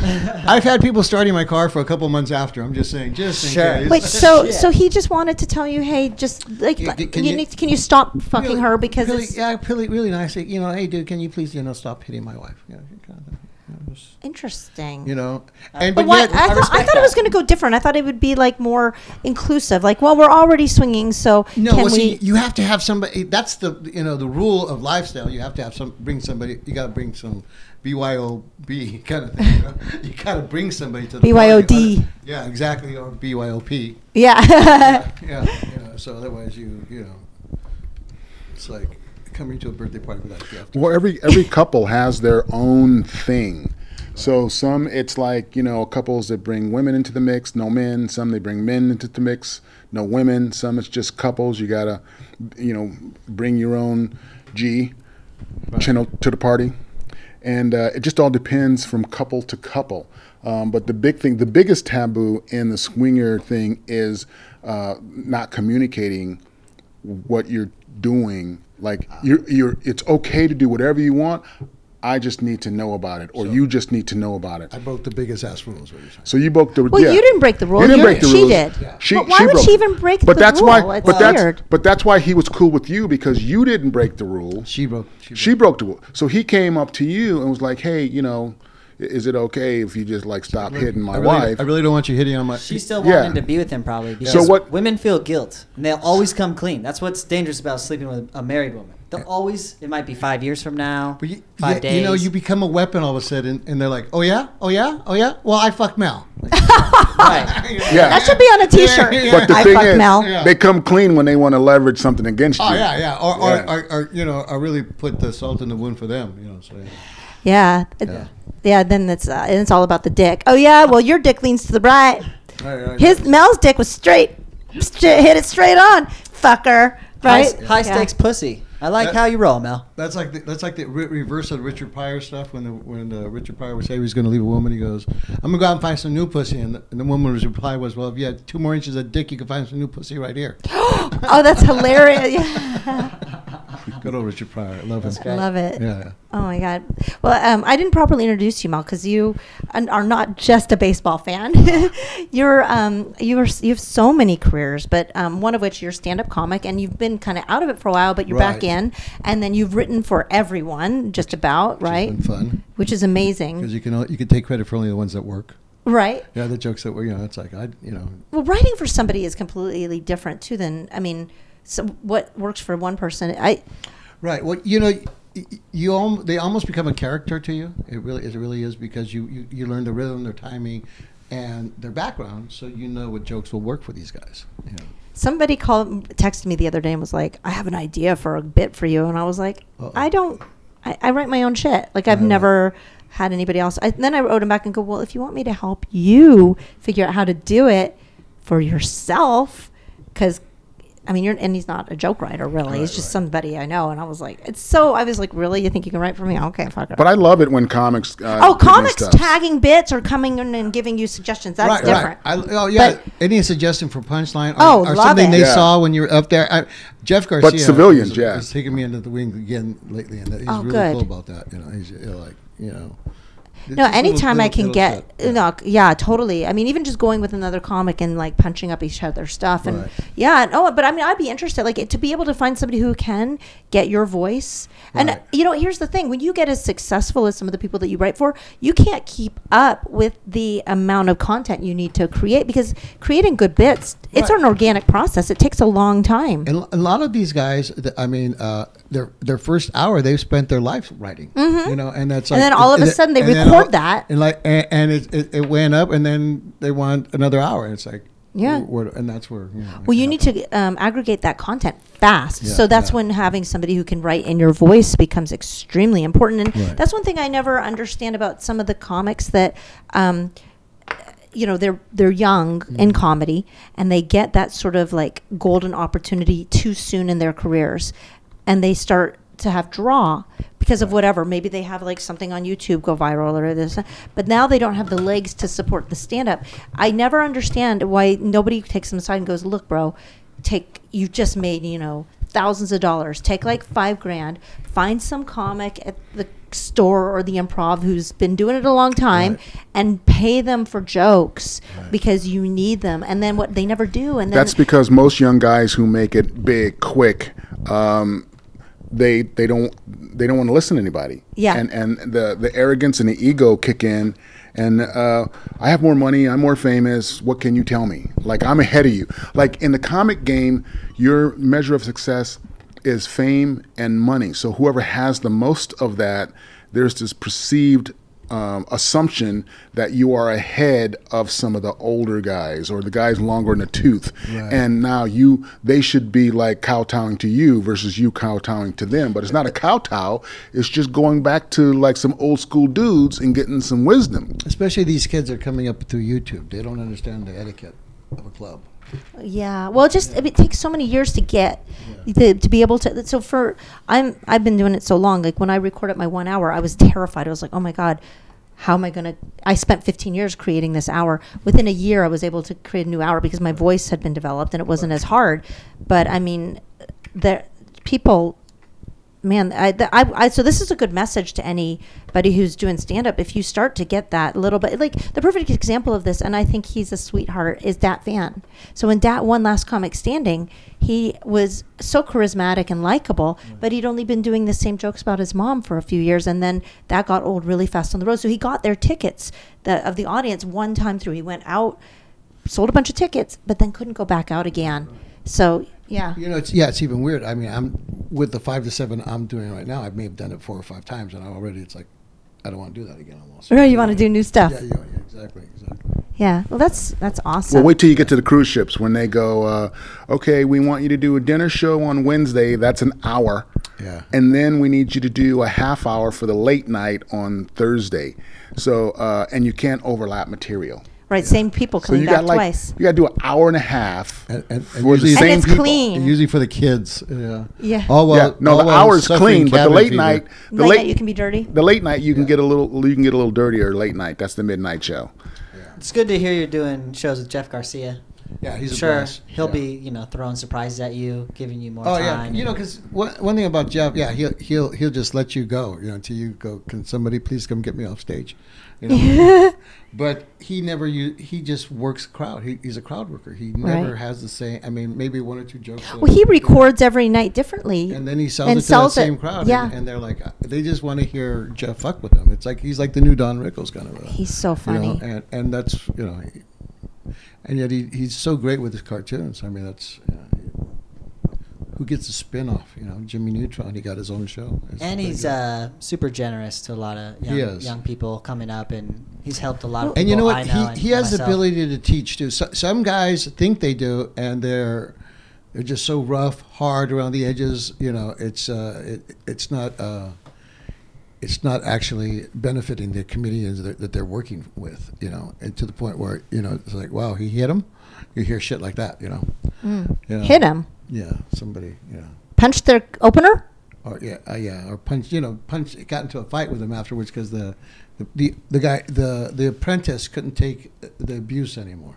[SPEAKER 3] I've had people starting my car for a couple months after. I'm just saying, just in
[SPEAKER 4] Sure.
[SPEAKER 3] case.
[SPEAKER 2] Wait, so so he just wanted to tell you, hey, just like
[SPEAKER 3] Yeah, c-
[SPEAKER 2] you,
[SPEAKER 3] can you-
[SPEAKER 2] need, can you stop fucking
[SPEAKER 3] Really-
[SPEAKER 2] her because
[SPEAKER 3] really,
[SPEAKER 2] it's
[SPEAKER 3] yeah, really, really nice. Like, you know, hey, dude, can you please, you know, stop hitting my wife? You know, kind of, you know, just-
[SPEAKER 2] interesting.
[SPEAKER 3] you know,
[SPEAKER 4] Uh,
[SPEAKER 3] and
[SPEAKER 2] but
[SPEAKER 3] but,
[SPEAKER 2] why,
[SPEAKER 3] yet,
[SPEAKER 2] I, thought, I
[SPEAKER 4] respect
[SPEAKER 2] thought it was
[SPEAKER 4] that.
[SPEAKER 2] going to go different. I thought it would be like more inclusive. Like, well, we're already swinging, so
[SPEAKER 3] no,
[SPEAKER 2] can
[SPEAKER 3] well,
[SPEAKER 2] we?
[SPEAKER 3] see, you have to have somebody. That's the you know the rule of lifestyle. You have to have some bring somebody. You got to bring some BYOB kind of thing. You, know? you got to bring somebody to the party.
[SPEAKER 2] BYOD.
[SPEAKER 3] Yeah, exactly, or BYOP.
[SPEAKER 2] yeah.
[SPEAKER 3] yeah, you know, so otherwise you you know, it's like coming to a birthday party without a gift.
[SPEAKER 1] Well, every every couple has their own thing. So some it's like you know couples that bring women into the mix, no men. Some they bring men into the mix, no women. Some it's just couples. You gotta, you know, bring your own G channel to the party, and uh, it just all depends from couple to couple. Um, but the big thing, the biggest taboo in the swinger thing is uh, not communicating what you're doing. Like you're, you're, it's okay to do whatever you want. I just need to know about it, or you just need to know about it.
[SPEAKER 3] I broke the biggest ass rules. What you're saying.
[SPEAKER 1] So you broke the.
[SPEAKER 2] Well,
[SPEAKER 1] yeah.
[SPEAKER 2] you didn't break the rule.
[SPEAKER 1] You didn't
[SPEAKER 2] You-
[SPEAKER 1] break the
[SPEAKER 2] she
[SPEAKER 1] rules.
[SPEAKER 2] did. Yeah. But why would
[SPEAKER 1] broke
[SPEAKER 2] she
[SPEAKER 1] it.
[SPEAKER 2] even break
[SPEAKER 1] but
[SPEAKER 2] the
[SPEAKER 1] that's
[SPEAKER 2] rule?
[SPEAKER 1] Why,
[SPEAKER 2] It's
[SPEAKER 1] but that's
[SPEAKER 2] weird.
[SPEAKER 1] but that's why he was cool with you because you didn't break the rule.
[SPEAKER 3] She broke.
[SPEAKER 1] She broke the rule. So he came up to you and was like, "Hey, you know, i- is it okay if you just like stop hitting my
[SPEAKER 3] I really,
[SPEAKER 1] wife?"
[SPEAKER 3] I really don't want you hitting on my.
[SPEAKER 4] She still
[SPEAKER 1] Yeah.
[SPEAKER 4] wanted him to be with him probably because so
[SPEAKER 1] what-
[SPEAKER 4] what, women feel guilt and they'll always come clean. That's what's dangerous about sleeping with a married woman. They'll always it might be five years from now,
[SPEAKER 3] But you,
[SPEAKER 4] five
[SPEAKER 3] yeah,
[SPEAKER 4] days.
[SPEAKER 3] you know, you become a weapon all of a sudden, and they're like, "Oh yeah, oh yeah, oh yeah." Well, I fucked Mel.
[SPEAKER 4] right.
[SPEAKER 1] yeah.
[SPEAKER 2] That should be on a T-shirt.
[SPEAKER 3] yeah, yeah.
[SPEAKER 1] but the
[SPEAKER 2] I
[SPEAKER 1] thing
[SPEAKER 2] fuck
[SPEAKER 1] is,
[SPEAKER 2] Mel.
[SPEAKER 3] Yeah.
[SPEAKER 1] they come clean when they want to leverage something against
[SPEAKER 3] oh
[SPEAKER 1] you.
[SPEAKER 3] yeah, yeah. Or,
[SPEAKER 1] Yeah.
[SPEAKER 3] Or, or, or you know, I really put the salt in the wound for them. You know, so yeah.
[SPEAKER 2] Yeah. Yeah. then it's uh, and it's all about the dick. Oh yeah, well your dick leans to the right.
[SPEAKER 3] Right, right,
[SPEAKER 2] His Mel's dick was straight, straight hit it straight on, fucker. Right?
[SPEAKER 4] High, high
[SPEAKER 2] Yeah.
[SPEAKER 4] stakes pussy. I like
[SPEAKER 3] That-
[SPEAKER 4] how you roll, Mel.
[SPEAKER 3] That's like the, that's like the re- reverse of Richard Pryor stuff. When the, when uh, Richard Pryor would say he was going to leave a woman, he goes, "I'm going to go out and find some new pussy," and the, and the woman's reply was, "Well, if you had two more inches of dick, you could find some new pussy right here."
[SPEAKER 2] Oh, that's hilarious. Yeah.
[SPEAKER 3] Good old Richard Pryor, I love him.
[SPEAKER 4] great.
[SPEAKER 2] I love it.
[SPEAKER 3] Yeah, yeah.
[SPEAKER 2] Oh my god. Well, um, I didn't properly introduce you, Mal, because you an- are not just a baseball fan. you're um, you are you have so many careers, but um, one of which you're a stand-up comic, and you've been kind of out of it for a while, but you're back
[SPEAKER 3] Right.
[SPEAKER 2] in, and then you've written for everyone, just about right,
[SPEAKER 3] It's been fun
[SPEAKER 2] which is amazing,
[SPEAKER 3] because you can o- you can take credit for only the ones that work.
[SPEAKER 2] right?
[SPEAKER 3] Yeah, the jokes that were you know, it's like I you know
[SPEAKER 2] Well, writing for somebody is completely different too than I mean, so what works for one person, I
[SPEAKER 3] Right. Well, you know, you, you al- they almost become a character to you. It really, it really is because you, you you learn the rhythm, their timing, and their background, so you know what jokes will work for these guys. Yeah.
[SPEAKER 2] Somebody called, texted me the other day and was like, "I have an idea for a bit for you," and I was like,
[SPEAKER 3] Uh-oh.
[SPEAKER 2] "I don't. I, I write my own shit. Like I've never had anybody else." I, then I wrote him back and go, "Well, if you want me to help you figure out how to do it for yourself, because." I mean, you're, and he's not a joke writer, really. he's just somebody I know. And I was like, it's so, I was like, really? You think you can write for me? Okay, fuck it.
[SPEAKER 1] But I love it when comics. Uh,
[SPEAKER 2] oh,
[SPEAKER 1] give me
[SPEAKER 2] comics
[SPEAKER 1] stuff.
[SPEAKER 2] tagging bits or coming in and giving you suggestions. That's
[SPEAKER 3] right,
[SPEAKER 2] different.
[SPEAKER 3] right. I, oh, yeah.
[SPEAKER 2] But-
[SPEAKER 3] Any suggestion for punchline or,
[SPEAKER 2] Oh,
[SPEAKER 3] or
[SPEAKER 2] love
[SPEAKER 3] something
[SPEAKER 2] it.
[SPEAKER 3] they
[SPEAKER 1] Yeah.
[SPEAKER 3] saw when you were up there? I, Jeff Garcia,
[SPEAKER 1] civilians,
[SPEAKER 3] is,
[SPEAKER 1] yeah.
[SPEAKER 3] is taking me under the wing again lately, and he's
[SPEAKER 2] Oh,
[SPEAKER 3] really
[SPEAKER 2] good.
[SPEAKER 3] cool about that. You know, he's uh, like, you know,
[SPEAKER 2] No,
[SPEAKER 3] just little-
[SPEAKER 2] anytime I
[SPEAKER 3] little-
[SPEAKER 2] can
[SPEAKER 3] little
[SPEAKER 2] get,
[SPEAKER 3] shit. Yeah.
[SPEAKER 2] no, yeah, totally. I mean, even just going with another comic and like punching up each other's stuff, and
[SPEAKER 3] Right.
[SPEAKER 2] yeah, and, oh, but I mean, I'd be interested, like, to be able to find somebody who can get your voice. And
[SPEAKER 3] Right.
[SPEAKER 2] you know, here's the thing: when you get as successful as some of the people that you write for, you can't keep up with the amount of content you need to create because creating good bits, it's
[SPEAKER 3] Right.
[SPEAKER 2] an organic process. It takes a long time.
[SPEAKER 3] And a lot of these guys, th- I mean, uh, their their first hour, they've spent their life writing. You know, and that's like,
[SPEAKER 2] Mm-hmm. And then all of a sudden they
[SPEAKER 3] and then
[SPEAKER 2] record that.
[SPEAKER 3] and like, and, and it, it it went up, and then they want another hour. It's like,
[SPEAKER 2] Yeah.
[SPEAKER 3] where- and that's where. You know,
[SPEAKER 2] Well, you need to um, aggregate that content fast.
[SPEAKER 3] Yeah,
[SPEAKER 2] so that's
[SPEAKER 3] yeah.
[SPEAKER 2] when having somebody who can write in your voice becomes extremely important. And
[SPEAKER 3] Right.
[SPEAKER 2] that's one thing I never understand about some of the comics that. Um, you know they're they're young in comedy and they get that sort of like golden opportunity too soon in their careers and they start to have draw because of whatever maybe they have like something on youtube go viral or this but now they don't have the legs to support the stand up i never understand why nobody takes them aside and goes look bro take you just made you know thousands of dollars take like five grand find some comic at the store or the improv who's been doing it a long time and pay them for jokes because you need them and then what they never do and then
[SPEAKER 1] That's because most young guys who make it big quick, um, they they don't they don't want to listen to anybody.
[SPEAKER 2] Yeah.
[SPEAKER 1] And and the the arrogance and the ego kick in, and uh, I have more money. I'm more famous. What can you tell me? Like I'm ahead of you. Like in the comic game, your measure of success is fame and money. So whoever has the most of that, there's this perceived um, assumption that you are ahead of some of the older guys or the guys longer in the tooth, and now you they should be like kowtowing to you versus you kowtowing to them. But it's not a kowtow; it's just going back to like some old school dudes and getting some wisdom.
[SPEAKER 3] especially these kids that are coming up through YouTube. They don't understand the etiquette of a club.
[SPEAKER 2] Yeah. Well, it just it takes so many years to get to, to be able to. So for I'm I've been doing it so long. Like when I recorded my one hour, I was terrified. I was like, oh my god, how am I gonna? I spent 15 years creating this hour. Within a year, I was able to create a new hour because my voice had been developed and it wasn't as hard. But I mean, there people man, I, the, I, I, so this is a good message to anybody who's doing stand up. If you start to get that little bit, like the perfect example of this, and I think he's a sweetheart, is Dat Van. So when Dat won Last Comic Standing, he was so charismatic and likable, but he'd only been doing the same jokes about his mom for a few years, and then that got old really fast on the road. So he got their tickets the, of the audience one time through. He went out, sold a bunch of tickets, but then couldn't go back out again. So yeah.
[SPEAKER 3] You know, it's yeah, it's even weird. I mean, I'm with the five to seven I'm doing right now. I may have done it four or five times, and I already it's like, I don't want to do that again. Almost.
[SPEAKER 2] Right, you want to do new stuff.
[SPEAKER 3] Yeah, yeah, yeah, exactly, exactly.
[SPEAKER 2] Yeah. Well, that's that's awesome.
[SPEAKER 1] Well, wait till you get to the cruise ships when they go, uh, okay, we want you to do a dinner show on Wednesday. That's an hour.
[SPEAKER 3] Yeah.
[SPEAKER 1] And then we need you to do a half hour for the late night on Thursday. So, uh, and you can't overlap material.
[SPEAKER 2] Right, same people
[SPEAKER 1] So
[SPEAKER 2] coming
[SPEAKER 1] you
[SPEAKER 2] back
[SPEAKER 1] got like
[SPEAKER 2] twice.
[SPEAKER 1] you got to do an hour and a half
[SPEAKER 3] And- and- and
[SPEAKER 1] for the
[SPEAKER 3] usually-
[SPEAKER 1] same
[SPEAKER 2] and it's
[SPEAKER 1] people.
[SPEAKER 2] clean.
[SPEAKER 3] Usually for the kids. Yeah.
[SPEAKER 2] Yeah.
[SPEAKER 3] All while,
[SPEAKER 1] yeah, no,
[SPEAKER 3] all
[SPEAKER 1] the
[SPEAKER 3] while
[SPEAKER 1] hour's
[SPEAKER 3] suffering
[SPEAKER 1] clean, but the
[SPEAKER 3] cabin
[SPEAKER 1] late
[SPEAKER 3] fever.
[SPEAKER 1] night, the
[SPEAKER 2] Late
[SPEAKER 1] late,
[SPEAKER 2] night, you can be dirty.
[SPEAKER 1] the late night, you can get a little, you can get a little dirtier. Late night, that's the midnight show.
[SPEAKER 4] It's good to hear you're doing shows with Jeff Garcia.
[SPEAKER 3] Yeah, he's a
[SPEAKER 4] sure,
[SPEAKER 3] blast.
[SPEAKER 4] he'll
[SPEAKER 3] Yeah.
[SPEAKER 4] be you know throwing surprises at you, giving you more
[SPEAKER 3] Oh yeah,
[SPEAKER 4] time.
[SPEAKER 3] you know, because one, one thing about Jeff, yeah, he'll he'll he'll just let you go, you know, until you go. Can somebody please come get me off stage? You know, but he never u- he just works crowd. He, he's a crowd worker. He never
[SPEAKER 2] Right.
[SPEAKER 3] has the same. I mean, maybe one or two jokes. that-
[SPEAKER 2] Well, he records every night differently.
[SPEAKER 3] and then he sells
[SPEAKER 2] and
[SPEAKER 3] it to
[SPEAKER 2] sells
[SPEAKER 3] that
[SPEAKER 2] it,
[SPEAKER 3] same crowd.
[SPEAKER 2] yeah.
[SPEAKER 3] and, and they're like, uh, they just want to hear Jeff fuck with them. It's like he's like the new Don Rickles kind of. A,
[SPEAKER 2] He's so
[SPEAKER 3] you know,
[SPEAKER 2] funny.
[SPEAKER 3] and and that's you know, he- and yet he, he's so great with his cartoons. I mean, that's you know, who gets a spin off. You know, Jimmy Neutron. He got his own show. It's
[SPEAKER 4] and
[SPEAKER 3] pretty
[SPEAKER 4] he's
[SPEAKER 3] good.
[SPEAKER 4] uh, super generous to a lot of
[SPEAKER 3] He
[SPEAKER 4] young,
[SPEAKER 3] is.
[SPEAKER 4] young people coming up, and he's helped a lot of people.
[SPEAKER 3] and you know
[SPEAKER 4] I
[SPEAKER 3] what?
[SPEAKER 4] know and
[SPEAKER 3] he he has the
[SPEAKER 4] myself.
[SPEAKER 3] ability to teach too. So, some guys think they do, and they're they're just so rough, hard around the edges. You know, it's uh, it, it's not. Uh, it's not actually benefiting the comedians that, that they're working with, you know, and to the point where, you know, it's like, wow, he hit him. You hear shit like that, you know. You know?
[SPEAKER 2] Mm. Hit him.
[SPEAKER 3] Yeah, somebody, yeah.
[SPEAKER 2] Punch their opener.
[SPEAKER 3] Or yeah, uh, yeah, or punch. You know, punch. Got into a fight with him afterwards because the, the, the, the guy, the the apprentice couldn't take the abuse anymore.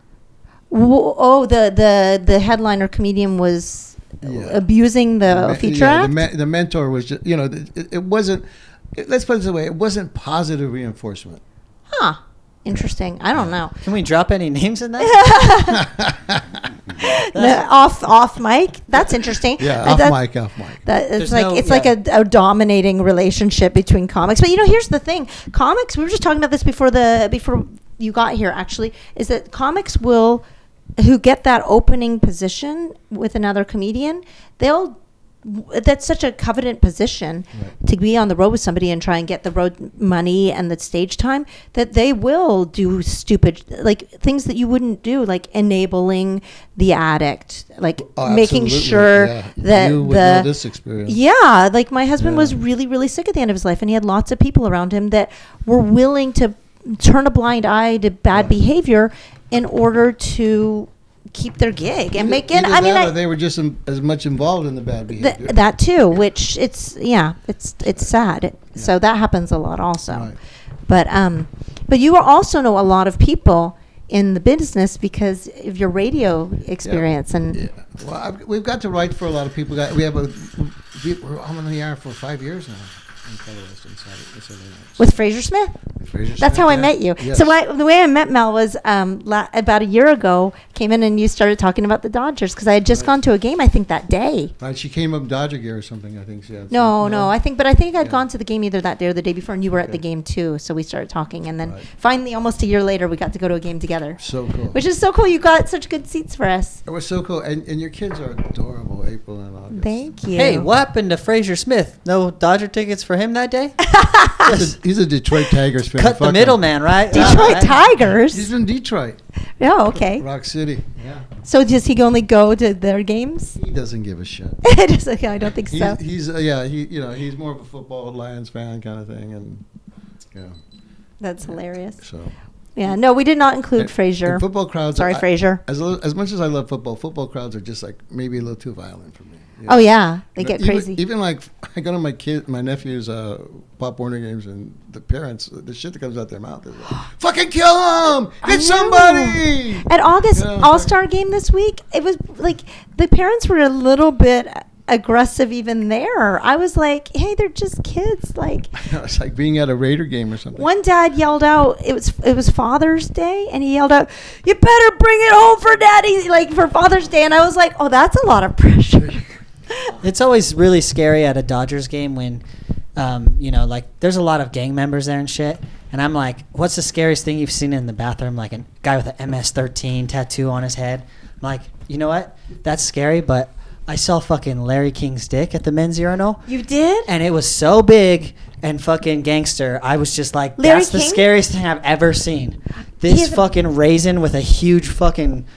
[SPEAKER 2] Wo- Oh, the the the headliner comedian was
[SPEAKER 3] Yeah.
[SPEAKER 2] abusing the
[SPEAKER 3] me-
[SPEAKER 2] feature
[SPEAKER 3] yeah,
[SPEAKER 2] act.
[SPEAKER 3] The, me- the mentor was just, you know, th- it, it wasn't. It, let's put it this way: it wasn't positive reinforcement.
[SPEAKER 2] huh. Interesting. I don't know.
[SPEAKER 4] Can we drop any names in that?
[SPEAKER 2] No, off off mic. That's interesting.
[SPEAKER 3] Yeah,
[SPEAKER 2] Uh,
[SPEAKER 3] off
[SPEAKER 2] that-
[SPEAKER 3] mic, off mic.
[SPEAKER 2] That it's
[SPEAKER 4] There's
[SPEAKER 2] like
[SPEAKER 4] no-
[SPEAKER 2] it's
[SPEAKER 4] yeah.
[SPEAKER 2] like a, a dominating relationship between comics. But you know, here's the thing: comics. We were just talking about this before the before you got here. Actually, is that comics will who get that opening position with another comedian? They'll that's such a coveted position
[SPEAKER 3] Right.
[SPEAKER 2] to be on the road with somebody and try and get the road money and the stage time that they will do stupid like things that you wouldn't do like enabling the addict like
[SPEAKER 3] Oh,
[SPEAKER 2] making
[SPEAKER 3] absolutely,
[SPEAKER 2] sure
[SPEAKER 3] yeah.
[SPEAKER 2] that
[SPEAKER 3] You would
[SPEAKER 2] the
[SPEAKER 3] know this experience.
[SPEAKER 2] yeah, like my husband was
[SPEAKER 3] Yeah.
[SPEAKER 2] really, really sick at the end of his life, and he had lots of people around him that were willing to turn a blind eye to bad behavior in order to keep their gig and make it.
[SPEAKER 3] Either
[SPEAKER 2] I mean,
[SPEAKER 3] that or
[SPEAKER 2] I,
[SPEAKER 3] they were just in, as much involved in the bad
[SPEAKER 2] th-
[SPEAKER 3] behavior.
[SPEAKER 2] that too, which it's yeah, it's it's sad. So that happens a lot also.
[SPEAKER 3] Right.
[SPEAKER 2] But um, but you also know a lot of people in the business because of your radio experience and
[SPEAKER 3] yeah. Well, I've, we've got to write for a lot of people. Got- We have a we- we're on the air for five years now. on Color List and Saturday- and Saturday nights.
[SPEAKER 2] with Fraser Smith.
[SPEAKER 3] Frasier
[SPEAKER 2] That's
[SPEAKER 3] Smith,
[SPEAKER 2] how I
[SPEAKER 3] yeah.
[SPEAKER 2] met you.
[SPEAKER 3] Yes.
[SPEAKER 2] So I, the way I met Mel was um, la- about a year ago. Came in and you started talking about the Dodgers because I had just gone to a game. I think that day.
[SPEAKER 3] Right, she came up Dodger gear or something. I think. Yeah.
[SPEAKER 2] No, no, I think, but I think i had
[SPEAKER 3] Yeah.
[SPEAKER 2] gone to the game either that day or the day before, and you were at the
[SPEAKER 3] Okay.
[SPEAKER 2] game too. So we started talking, and then
[SPEAKER 3] Right.
[SPEAKER 2] finally, almost a year later, we got to go to a game together,
[SPEAKER 3] So cool.
[SPEAKER 2] which is so cool. You got such good seats for us.
[SPEAKER 3] it was so cool, and, and your kids are adorable. April and August.
[SPEAKER 2] Thank you.
[SPEAKER 4] hey, what happened to Fraser Smith? No Dodger tickets for him that day.
[SPEAKER 3] He's a, he's a Detroit Tigers fan.
[SPEAKER 4] Cut
[SPEAKER 3] Fuck
[SPEAKER 4] the
[SPEAKER 3] him.
[SPEAKER 4] middleman, right? Uh,
[SPEAKER 2] Detroit
[SPEAKER 4] Right.
[SPEAKER 3] He's
[SPEAKER 2] Tigers.
[SPEAKER 3] in Detroit,
[SPEAKER 2] Oh, okay.
[SPEAKER 3] Rock City. Yeah.
[SPEAKER 2] So does he only go to their games?
[SPEAKER 3] He doesn't give a shit.
[SPEAKER 2] Just like, I don't think
[SPEAKER 3] He's,
[SPEAKER 2] so.
[SPEAKER 3] he's uh, yeah, he you know, he's more of a football Lions fan kind of thing and yeah.
[SPEAKER 2] That's hilarious.
[SPEAKER 3] So
[SPEAKER 2] Yeah, no, we did not include
[SPEAKER 3] And-
[SPEAKER 2] Fraser.
[SPEAKER 3] and football crowds
[SPEAKER 2] Sorry,
[SPEAKER 3] I-
[SPEAKER 2] Fraser.
[SPEAKER 3] As lo- as much as I love football, football crowds are just like maybe a little too violent for me. you
[SPEAKER 2] Oh
[SPEAKER 3] know?
[SPEAKER 2] yeah, they
[SPEAKER 3] No,
[SPEAKER 2] get
[SPEAKER 3] even-
[SPEAKER 2] crazy.
[SPEAKER 3] Even like I go to my kid, my nephew's uh, Pop Warner games, and the parents, the shit that comes out their mouth is like, "Fucking kill him!
[SPEAKER 2] I
[SPEAKER 3] Hit
[SPEAKER 2] know.
[SPEAKER 3] somebody!"
[SPEAKER 2] At August
[SPEAKER 3] Yeah.
[SPEAKER 2] All Star game this week, it was like the parents were a little bit aggressive even there. I was like, hey, they're just kids. Like
[SPEAKER 3] it's like being at a Raider game or something.
[SPEAKER 2] one dad yelled out, it was it was Father's Day, and he yelled out, you better bring it home for Daddy, like for Father's Day. And I was like, oh, that's a lot of pressure.
[SPEAKER 4] It's always really scary at a Dodgers game when, um, you know, like there's a lot of gang members there and shit. And I'm like, what's the scariest thing you've seen in the bathroom? Like a guy with an MS-13 tattoo on his head. I'm like, you know what? That's scary, but I saw fucking Larry King's dick at the men's urinal,
[SPEAKER 2] you did?
[SPEAKER 4] and it was so big and fucking gangster. I was just like,
[SPEAKER 2] Larry
[SPEAKER 4] that's the
[SPEAKER 2] King?
[SPEAKER 4] scariest thing I've ever seen.
[SPEAKER 2] He
[SPEAKER 4] This
[SPEAKER 2] has a-
[SPEAKER 4] fucking raisin with a huge fucking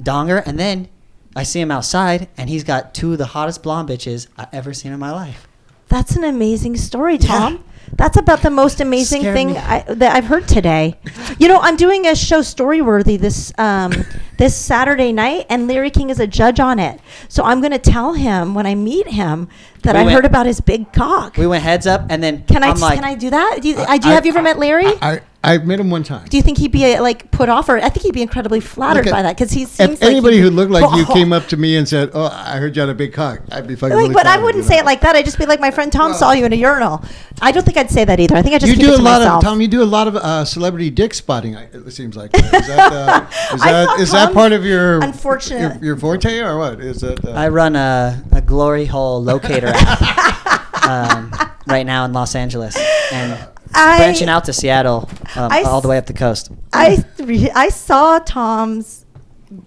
[SPEAKER 4] donger, and then I see him outside, and he's got two of the hottest blonde bitches I've ever seen in my life.
[SPEAKER 2] That's an amazing story, Tom. That's about the most amazing
[SPEAKER 4] Scared
[SPEAKER 2] thing
[SPEAKER 4] me.
[SPEAKER 2] I, that I've heard today. You know, I'm doing a show, Storyworthy, this um, this Saturday night, and Larry King is a judge on it. So I'm going to tell him when I meet him that
[SPEAKER 4] We
[SPEAKER 2] I
[SPEAKER 4] went-
[SPEAKER 2] heard about his big cock.
[SPEAKER 4] We went heads up, and then
[SPEAKER 2] can I
[SPEAKER 4] I'm like,
[SPEAKER 2] can I do that? Do you, I, do you, have you ever met Larry?
[SPEAKER 3] uh, I I met him one time.
[SPEAKER 2] do you think he'd be uh, like put off, or I think he'd be incredibly flattered
[SPEAKER 3] Look at-
[SPEAKER 2] by that because he seems
[SPEAKER 3] If
[SPEAKER 2] like
[SPEAKER 3] anybody
[SPEAKER 2] he-
[SPEAKER 3] who looked like you came up to me and said, "Oh, I heard you had a big cock," I'd be fucking.
[SPEAKER 2] Like,
[SPEAKER 3] really
[SPEAKER 2] but
[SPEAKER 3] proud
[SPEAKER 2] I
[SPEAKER 3] of
[SPEAKER 2] wouldn't
[SPEAKER 3] you.
[SPEAKER 2] say it like that. I would just be like, my friend Tom saw you in a urinal. I don't think I'd say that either. I think I just
[SPEAKER 3] You
[SPEAKER 2] keep
[SPEAKER 3] do
[SPEAKER 2] it
[SPEAKER 3] a
[SPEAKER 2] to
[SPEAKER 3] lot
[SPEAKER 2] myself.
[SPEAKER 3] of Tom. You do a lot of uh, celebrity dick spotting. I- It seems like is that, uh, is,
[SPEAKER 2] I
[SPEAKER 3] that
[SPEAKER 2] thought
[SPEAKER 3] is that
[SPEAKER 2] Tom's
[SPEAKER 3] part of your
[SPEAKER 2] unfortunate-
[SPEAKER 3] your, your forte or what? Is that uh,
[SPEAKER 4] I run a, a glory hole locator app um, right now in Los Angeles, and
[SPEAKER 2] I-
[SPEAKER 4] branching out to Seattle, um,
[SPEAKER 2] I
[SPEAKER 4] all the
[SPEAKER 2] s-
[SPEAKER 4] way up the coast.
[SPEAKER 2] I re- I saw Tom's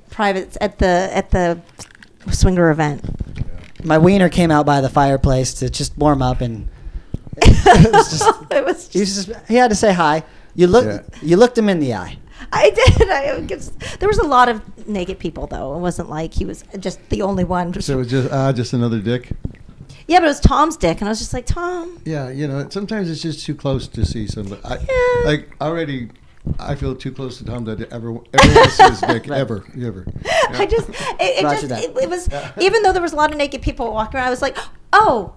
[SPEAKER 2] privates at the at the swinger event.
[SPEAKER 4] My wiener came out by the fireplace to just warm up and.
[SPEAKER 2] it was
[SPEAKER 4] just-
[SPEAKER 2] just,
[SPEAKER 4] He was just, he had to say hi. You look
[SPEAKER 3] Yeah.
[SPEAKER 4] you looked him in the eye.
[SPEAKER 2] I did. I it was- there was a lot of naked people though. It wasn't like he was just the only one.
[SPEAKER 3] so it was just uh, just another dick?
[SPEAKER 2] yeah, but it was Tom's dick, and I was just like Tom.
[SPEAKER 3] Yeah, you know, sometimes it's just too close to see somebody. I,
[SPEAKER 2] Yeah.
[SPEAKER 3] Like already, I feel too close to Tom that ever ever want to see his dick ever ever.
[SPEAKER 2] I just it, it
[SPEAKER 4] Roger
[SPEAKER 2] just
[SPEAKER 4] that.
[SPEAKER 2] it, it was even though there was a lot of naked people walking around. I was like, oh.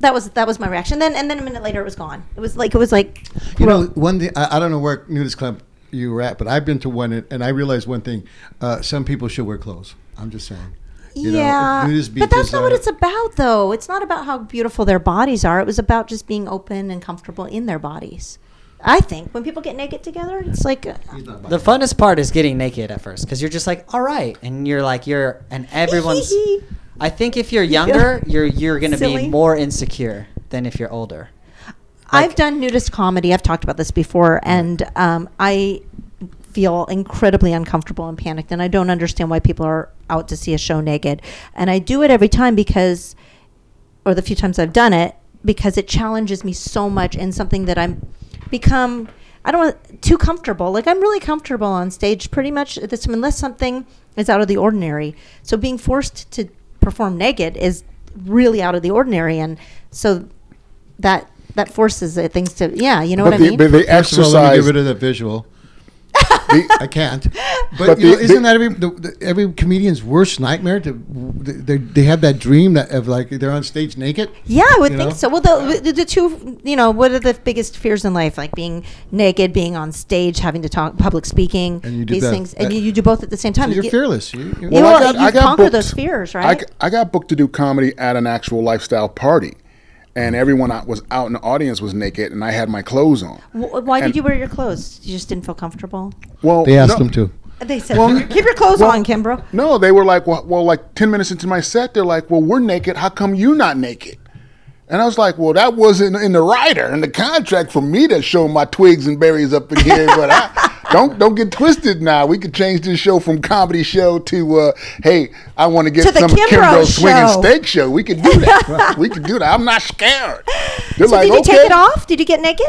[SPEAKER 2] That was that was my reaction. Then and then a minute later, it was gone. It was like it was like
[SPEAKER 3] You know, one thing I, I don't know where nudist club you were at, but I've been to one, and- and I realized one thing: uh, some people should wear clothes. I'm just saying. You know,
[SPEAKER 2] yeah,
[SPEAKER 3] nudist
[SPEAKER 2] but that's
[SPEAKER 3] beaches
[SPEAKER 2] not what
[SPEAKER 3] are-
[SPEAKER 2] it's about, though. It's not about how beautiful their bodies are. It was about just being open and comfortable in their bodies. I think when people get naked together, it's like uh,
[SPEAKER 4] The funnest part is getting naked at first because you're just like, all right, and you're like, you're, and everyone's. I think if you're younger, you're you're gonna
[SPEAKER 2] Silly.
[SPEAKER 4] be more insecure than if you're older.
[SPEAKER 2] I've done nudist comedy. I've talked about this before, and um, I feel incredibly uncomfortable and panicked, and I don't understand why people are out to see a show naked. And I do it every time because, or the few times I've done it, because it challenges me so much in something that I'm become. I don't want too comfortable. Like I'm really comfortable on stage, pretty much at this unless something is out of the ordinary. So being forced to perform naked is really out of the ordinary, and so that that forces it, things to yeah you know
[SPEAKER 1] but
[SPEAKER 2] what
[SPEAKER 1] the,
[SPEAKER 2] i mean
[SPEAKER 1] but the
[SPEAKER 3] First of all, let
[SPEAKER 1] exercise,
[SPEAKER 3] me get rid of that visual.
[SPEAKER 1] the-
[SPEAKER 3] I can't. But,
[SPEAKER 1] But
[SPEAKER 3] you know,
[SPEAKER 1] the- the-
[SPEAKER 3] isn't that every the, the, every comedian's worst nightmare? To they, they have that dream that of like they're on stage naked.
[SPEAKER 2] yeah i would
[SPEAKER 3] you
[SPEAKER 2] think
[SPEAKER 3] know?
[SPEAKER 2] so well the, the the two you know what are the biggest fears in life like being naked being on stage having to talk public speaking
[SPEAKER 3] And you did
[SPEAKER 2] these
[SPEAKER 3] that-
[SPEAKER 2] things and
[SPEAKER 1] Uh,
[SPEAKER 3] that-
[SPEAKER 2] you, you do both at the same
[SPEAKER 3] So
[SPEAKER 2] time
[SPEAKER 3] you're
[SPEAKER 2] You-
[SPEAKER 3] fearless. You, you-
[SPEAKER 2] Well,
[SPEAKER 1] Well, I
[SPEAKER 2] you-
[SPEAKER 1] got-
[SPEAKER 2] you
[SPEAKER 1] I got
[SPEAKER 2] conquer
[SPEAKER 1] booked-
[SPEAKER 2] those fears,
[SPEAKER 1] I
[SPEAKER 2] right?
[SPEAKER 1] g- I, got booked to do comedy at an actual lifestyle party, and everyone out- was out in the audience was naked, and I had my clothes on.
[SPEAKER 2] Wh- why
[SPEAKER 1] and-
[SPEAKER 2] did you wear your clothes you just didn't feel comfortable
[SPEAKER 1] Well,
[SPEAKER 3] they asked
[SPEAKER 1] no-
[SPEAKER 3] him to.
[SPEAKER 2] they said
[SPEAKER 1] Well,
[SPEAKER 2] keep your clothes
[SPEAKER 1] well-
[SPEAKER 2] on kimbro
[SPEAKER 1] No, they were like, well, well, like ten minutes into my set, they're like, well, we're naked. How come you not naked? And I was like, well, that wasn't in the writer and the contract for me to show my twigs and berries up in here. But I, don't don't get twisted now. We could change this show from comedy show to uh, hey, I want to get
[SPEAKER 2] To the
[SPEAKER 1] some
[SPEAKER 2] Kimbrough
[SPEAKER 1] Kimbrough swinging
[SPEAKER 2] show.
[SPEAKER 1] steak show. We could do that. we could do that. I'm not scared. They're
[SPEAKER 2] so
[SPEAKER 1] like,
[SPEAKER 2] did you
[SPEAKER 1] okay.
[SPEAKER 2] take it off did you get naked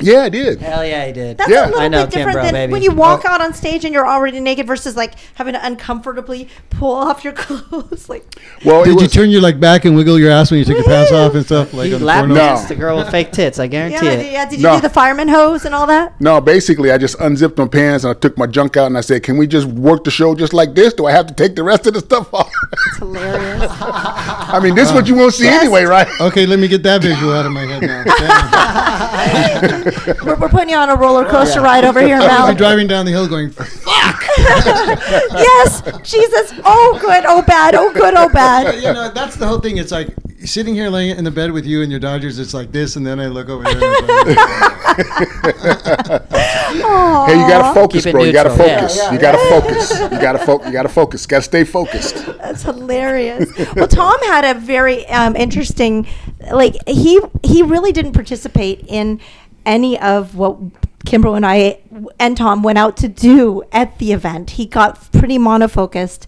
[SPEAKER 1] Yeah, I did.
[SPEAKER 4] Hell yeah, he did.
[SPEAKER 2] that's
[SPEAKER 1] Yeah.
[SPEAKER 2] a little
[SPEAKER 4] I know
[SPEAKER 2] bit different
[SPEAKER 4] Kimbrough,
[SPEAKER 2] than
[SPEAKER 4] baby.
[SPEAKER 2] when you
[SPEAKER 3] Oh.
[SPEAKER 2] walk out on stage and you're already naked versus like having to uncomfortably pull off your clothes like
[SPEAKER 1] Well, it
[SPEAKER 3] Did you
[SPEAKER 1] was-
[SPEAKER 3] turn your like back and wiggle your ass when you took your pants
[SPEAKER 2] Woo!
[SPEAKER 3] off and stuff like
[SPEAKER 4] He
[SPEAKER 3] on the
[SPEAKER 4] lap
[SPEAKER 3] porno?
[SPEAKER 4] danced
[SPEAKER 1] No.
[SPEAKER 4] the girl with fake tits. I
[SPEAKER 2] yeah,
[SPEAKER 4] guarantee it.
[SPEAKER 2] yeah did you
[SPEAKER 1] No.
[SPEAKER 2] do the fireman hose and all that
[SPEAKER 1] No, basically, I just unzipped my pants and I took my junk out and I said, "Can we just work the show just like this? Do I have to take the rest of the stuff off?"
[SPEAKER 2] It's hilarious.
[SPEAKER 1] I mean, this is what you won't see anyway, right?
[SPEAKER 3] Okay, let me get that visual out of my head now. Damn.
[SPEAKER 2] we're, we're putting you on a roller coaster ride over here,
[SPEAKER 3] I'm
[SPEAKER 2] Mal.
[SPEAKER 3] driving down the hill going,
[SPEAKER 2] yes, Jesus. Oh, good. Oh, bad. Oh, good. Oh, bad.
[SPEAKER 3] you know, that's the whole thing. It's like sitting here laying in the bed with you and your Dodgers. It's like this, and then I look over there. And it's like,
[SPEAKER 2] Aw.
[SPEAKER 1] Hey, you gotta focus,
[SPEAKER 4] Keep it
[SPEAKER 1] bro. You gotta
[SPEAKER 4] neutral. Yeah,
[SPEAKER 1] focus.
[SPEAKER 3] yeah,
[SPEAKER 1] You
[SPEAKER 3] yeah.
[SPEAKER 1] gotta focus. You gotta focus. You gotta focus. Gotta stay focused.
[SPEAKER 2] That's hilarious. Well, Tom had a very um, interesting, like he he really didn't participate in any of what Kimbrel and I and Tom went out to do at the event. He got pretty monofocused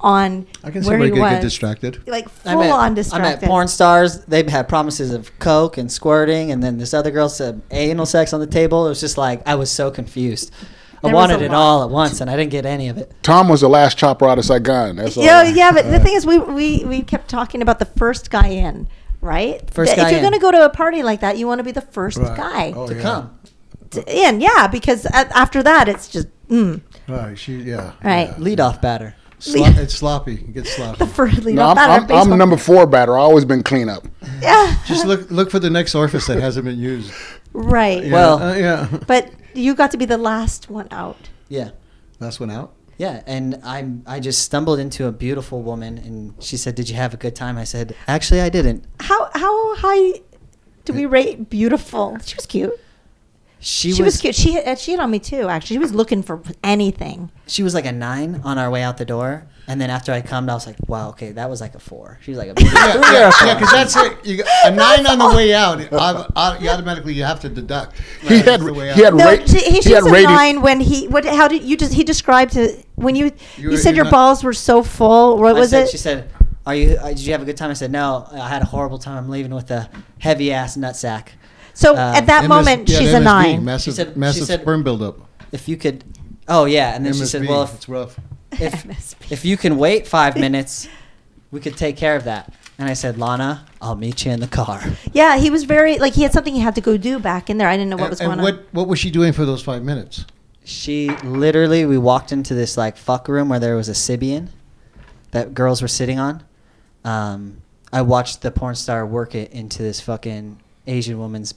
[SPEAKER 2] on
[SPEAKER 3] I can see
[SPEAKER 2] where he
[SPEAKER 3] where you could get
[SPEAKER 2] was,
[SPEAKER 3] distracted.
[SPEAKER 2] like
[SPEAKER 4] I
[SPEAKER 2] full
[SPEAKER 4] met,
[SPEAKER 2] on
[SPEAKER 4] I met
[SPEAKER 2] distracted.
[SPEAKER 4] porn stars. They had promises of coke and squirting, and then this other girl said anal sex on the table. It was just like I was so confused. I
[SPEAKER 2] There was
[SPEAKER 4] wanted
[SPEAKER 2] a
[SPEAKER 4] it
[SPEAKER 2] lot.
[SPEAKER 4] all at once, and I didn't get any of it.
[SPEAKER 1] Tom was the last chopper out of Saigon. That's all.
[SPEAKER 2] Yeah, yeah, but the thing is, we, we, we kept talking about the first guy in, right?
[SPEAKER 4] First
[SPEAKER 2] if
[SPEAKER 4] guy
[SPEAKER 2] you're
[SPEAKER 4] in.
[SPEAKER 2] going to go to a party like that, you want to be the first
[SPEAKER 3] Right.
[SPEAKER 2] guy
[SPEAKER 3] Oh,
[SPEAKER 4] To
[SPEAKER 3] yeah.
[SPEAKER 4] come,
[SPEAKER 2] to- in. Yeah, because a- after that, it's just mm,
[SPEAKER 3] Right. She, yeah.
[SPEAKER 2] Right.
[SPEAKER 3] yeah.
[SPEAKER 4] lead off batter.
[SPEAKER 3] Slo- it's sloppy. It gets sloppy.
[SPEAKER 2] the first lead
[SPEAKER 1] No,
[SPEAKER 2] off
[SPEAKER 1] I'm,
[SPEAKER 2] batter,
[SPEAKER 1] I'm, I'm
[SPEAKER 2] baseball.
[SPEAKER 1] number four batter. I always been clean up.
[SPEAKER 2] Yeah,
[SPEAKER 3] Just look look for the next orifice that hasn't been used.
[SPEAKER 2] right.
[SPEAKER 3] Yeah,
[SPEAKER 4] Well-
[SPEAKER 3] uh, yeah.
[SPEAKER 2] But you got to be the last one out.
[SPEAKER 4] Yeah.
[SPEAKER 3] Last one out.
[SPEAKER 4] Yeah, and I I just stumbled into a beautiful woman, and she said, "Did you have a good time?" I said, "Actually, I didn't."
[SPEAKER 2] How how high do we rate beautiful? She was cute.
[SPEAKER 4] She,
[SPEAKER 2] She,
[SPEAKER 4] was,
[SPEAKER 2] was, cute. She had, she hit on me too. Actually, she was looking for anything.
[SPEAKER 4] she was like a nine on our way out the door, and then after I cummed, I was like, "Wow, okay, that was like a four. She was like a three
[SPEAKER 3] Yeah,
[SPEAKER 4] or a
[SPEAKER 3] yeah,
[SPEAKER 4] four.
[SPEAKER 3] because that's it. You got a nine on the way out. it auto- auto- You automatically you have to deduct.
[SPEAKER 1] He had
[SPEAKER 3] the way
[SPEAKER 1] he had
[SPEAKER 3] out.
[SPEAKER 2] No,
[SPEAKER 1] ra-
[SPEAKER 2] she, he,
[SPEAKER 1] he
[SPEAKER 2] she
[SPEAKER 1] had
[SPEAKER 2] was a
[SPEAKER 1] rating.
[SPEAKER 2] nine when he. What? How did you just? He described it when you. You,
[SPEAKER 3] were-
[SPEAKER 2] said your
[SPEAKER 3] you're not-
[SPEAKER 2] balls were so full. What
[SPEAKER 4] I
[SPEAKER 2] was
[SPEAKER 4] said,
[SPEAKER 2] it?
[SPEAKER 4] She said, "Are you? Uh, did you have a good time?" I said, "No, I had a horrible time. I'm leaving with a heavy ass nutsack.
[SPEAKER 2] so
[SPEAKER 4] uh,
[SPEAKER 2] at that
[SPEAKER 3] MS
[SPEAKER 2] moment,
[SPEAKER 3] yeah,
[SPEAKER 2] she's a
[SPEAKER 3] MSB,
[SPEAKER 2] nine.
[SPEAKER 3] Massive,
[SPEAKER 4] She said- she
[SPEAKER 3] massive
[SPEAKER 4] said-
[SPEAKER 3] sperm buildup.
[SPEAKER 4] If you could." Oh yeah, and then she said,
[SPEAKER 3] MSB,
[SPEAKER 4] "Well, if,
[SPEAKER 3] it's rough.
[SPEAKER 4] if
[SPEAKER 2] MSB.
[SPEAKER 4] if you can wait five minutes, we could take care of that." And I said, "Lana, I'll meet you in the car."
[SPEAKER 2] yeah, he was very like he had something he had to go do back in there. I didn't know what
[SPEAKER 3] and
[SPEAKER 2] was
[SPEAKER 3] and
[SPEAKER 2] going
[SPEAKER 3] what,
[SPEAKER 2] on.
[SPEAKER 3] what was she doing for those five minutes?
[SPEAKER 4] She literally, we walked into this like fuck room where there was a Sibian that girls were sitting on. Um, I watched the porn star work it into this fucking Asian woman's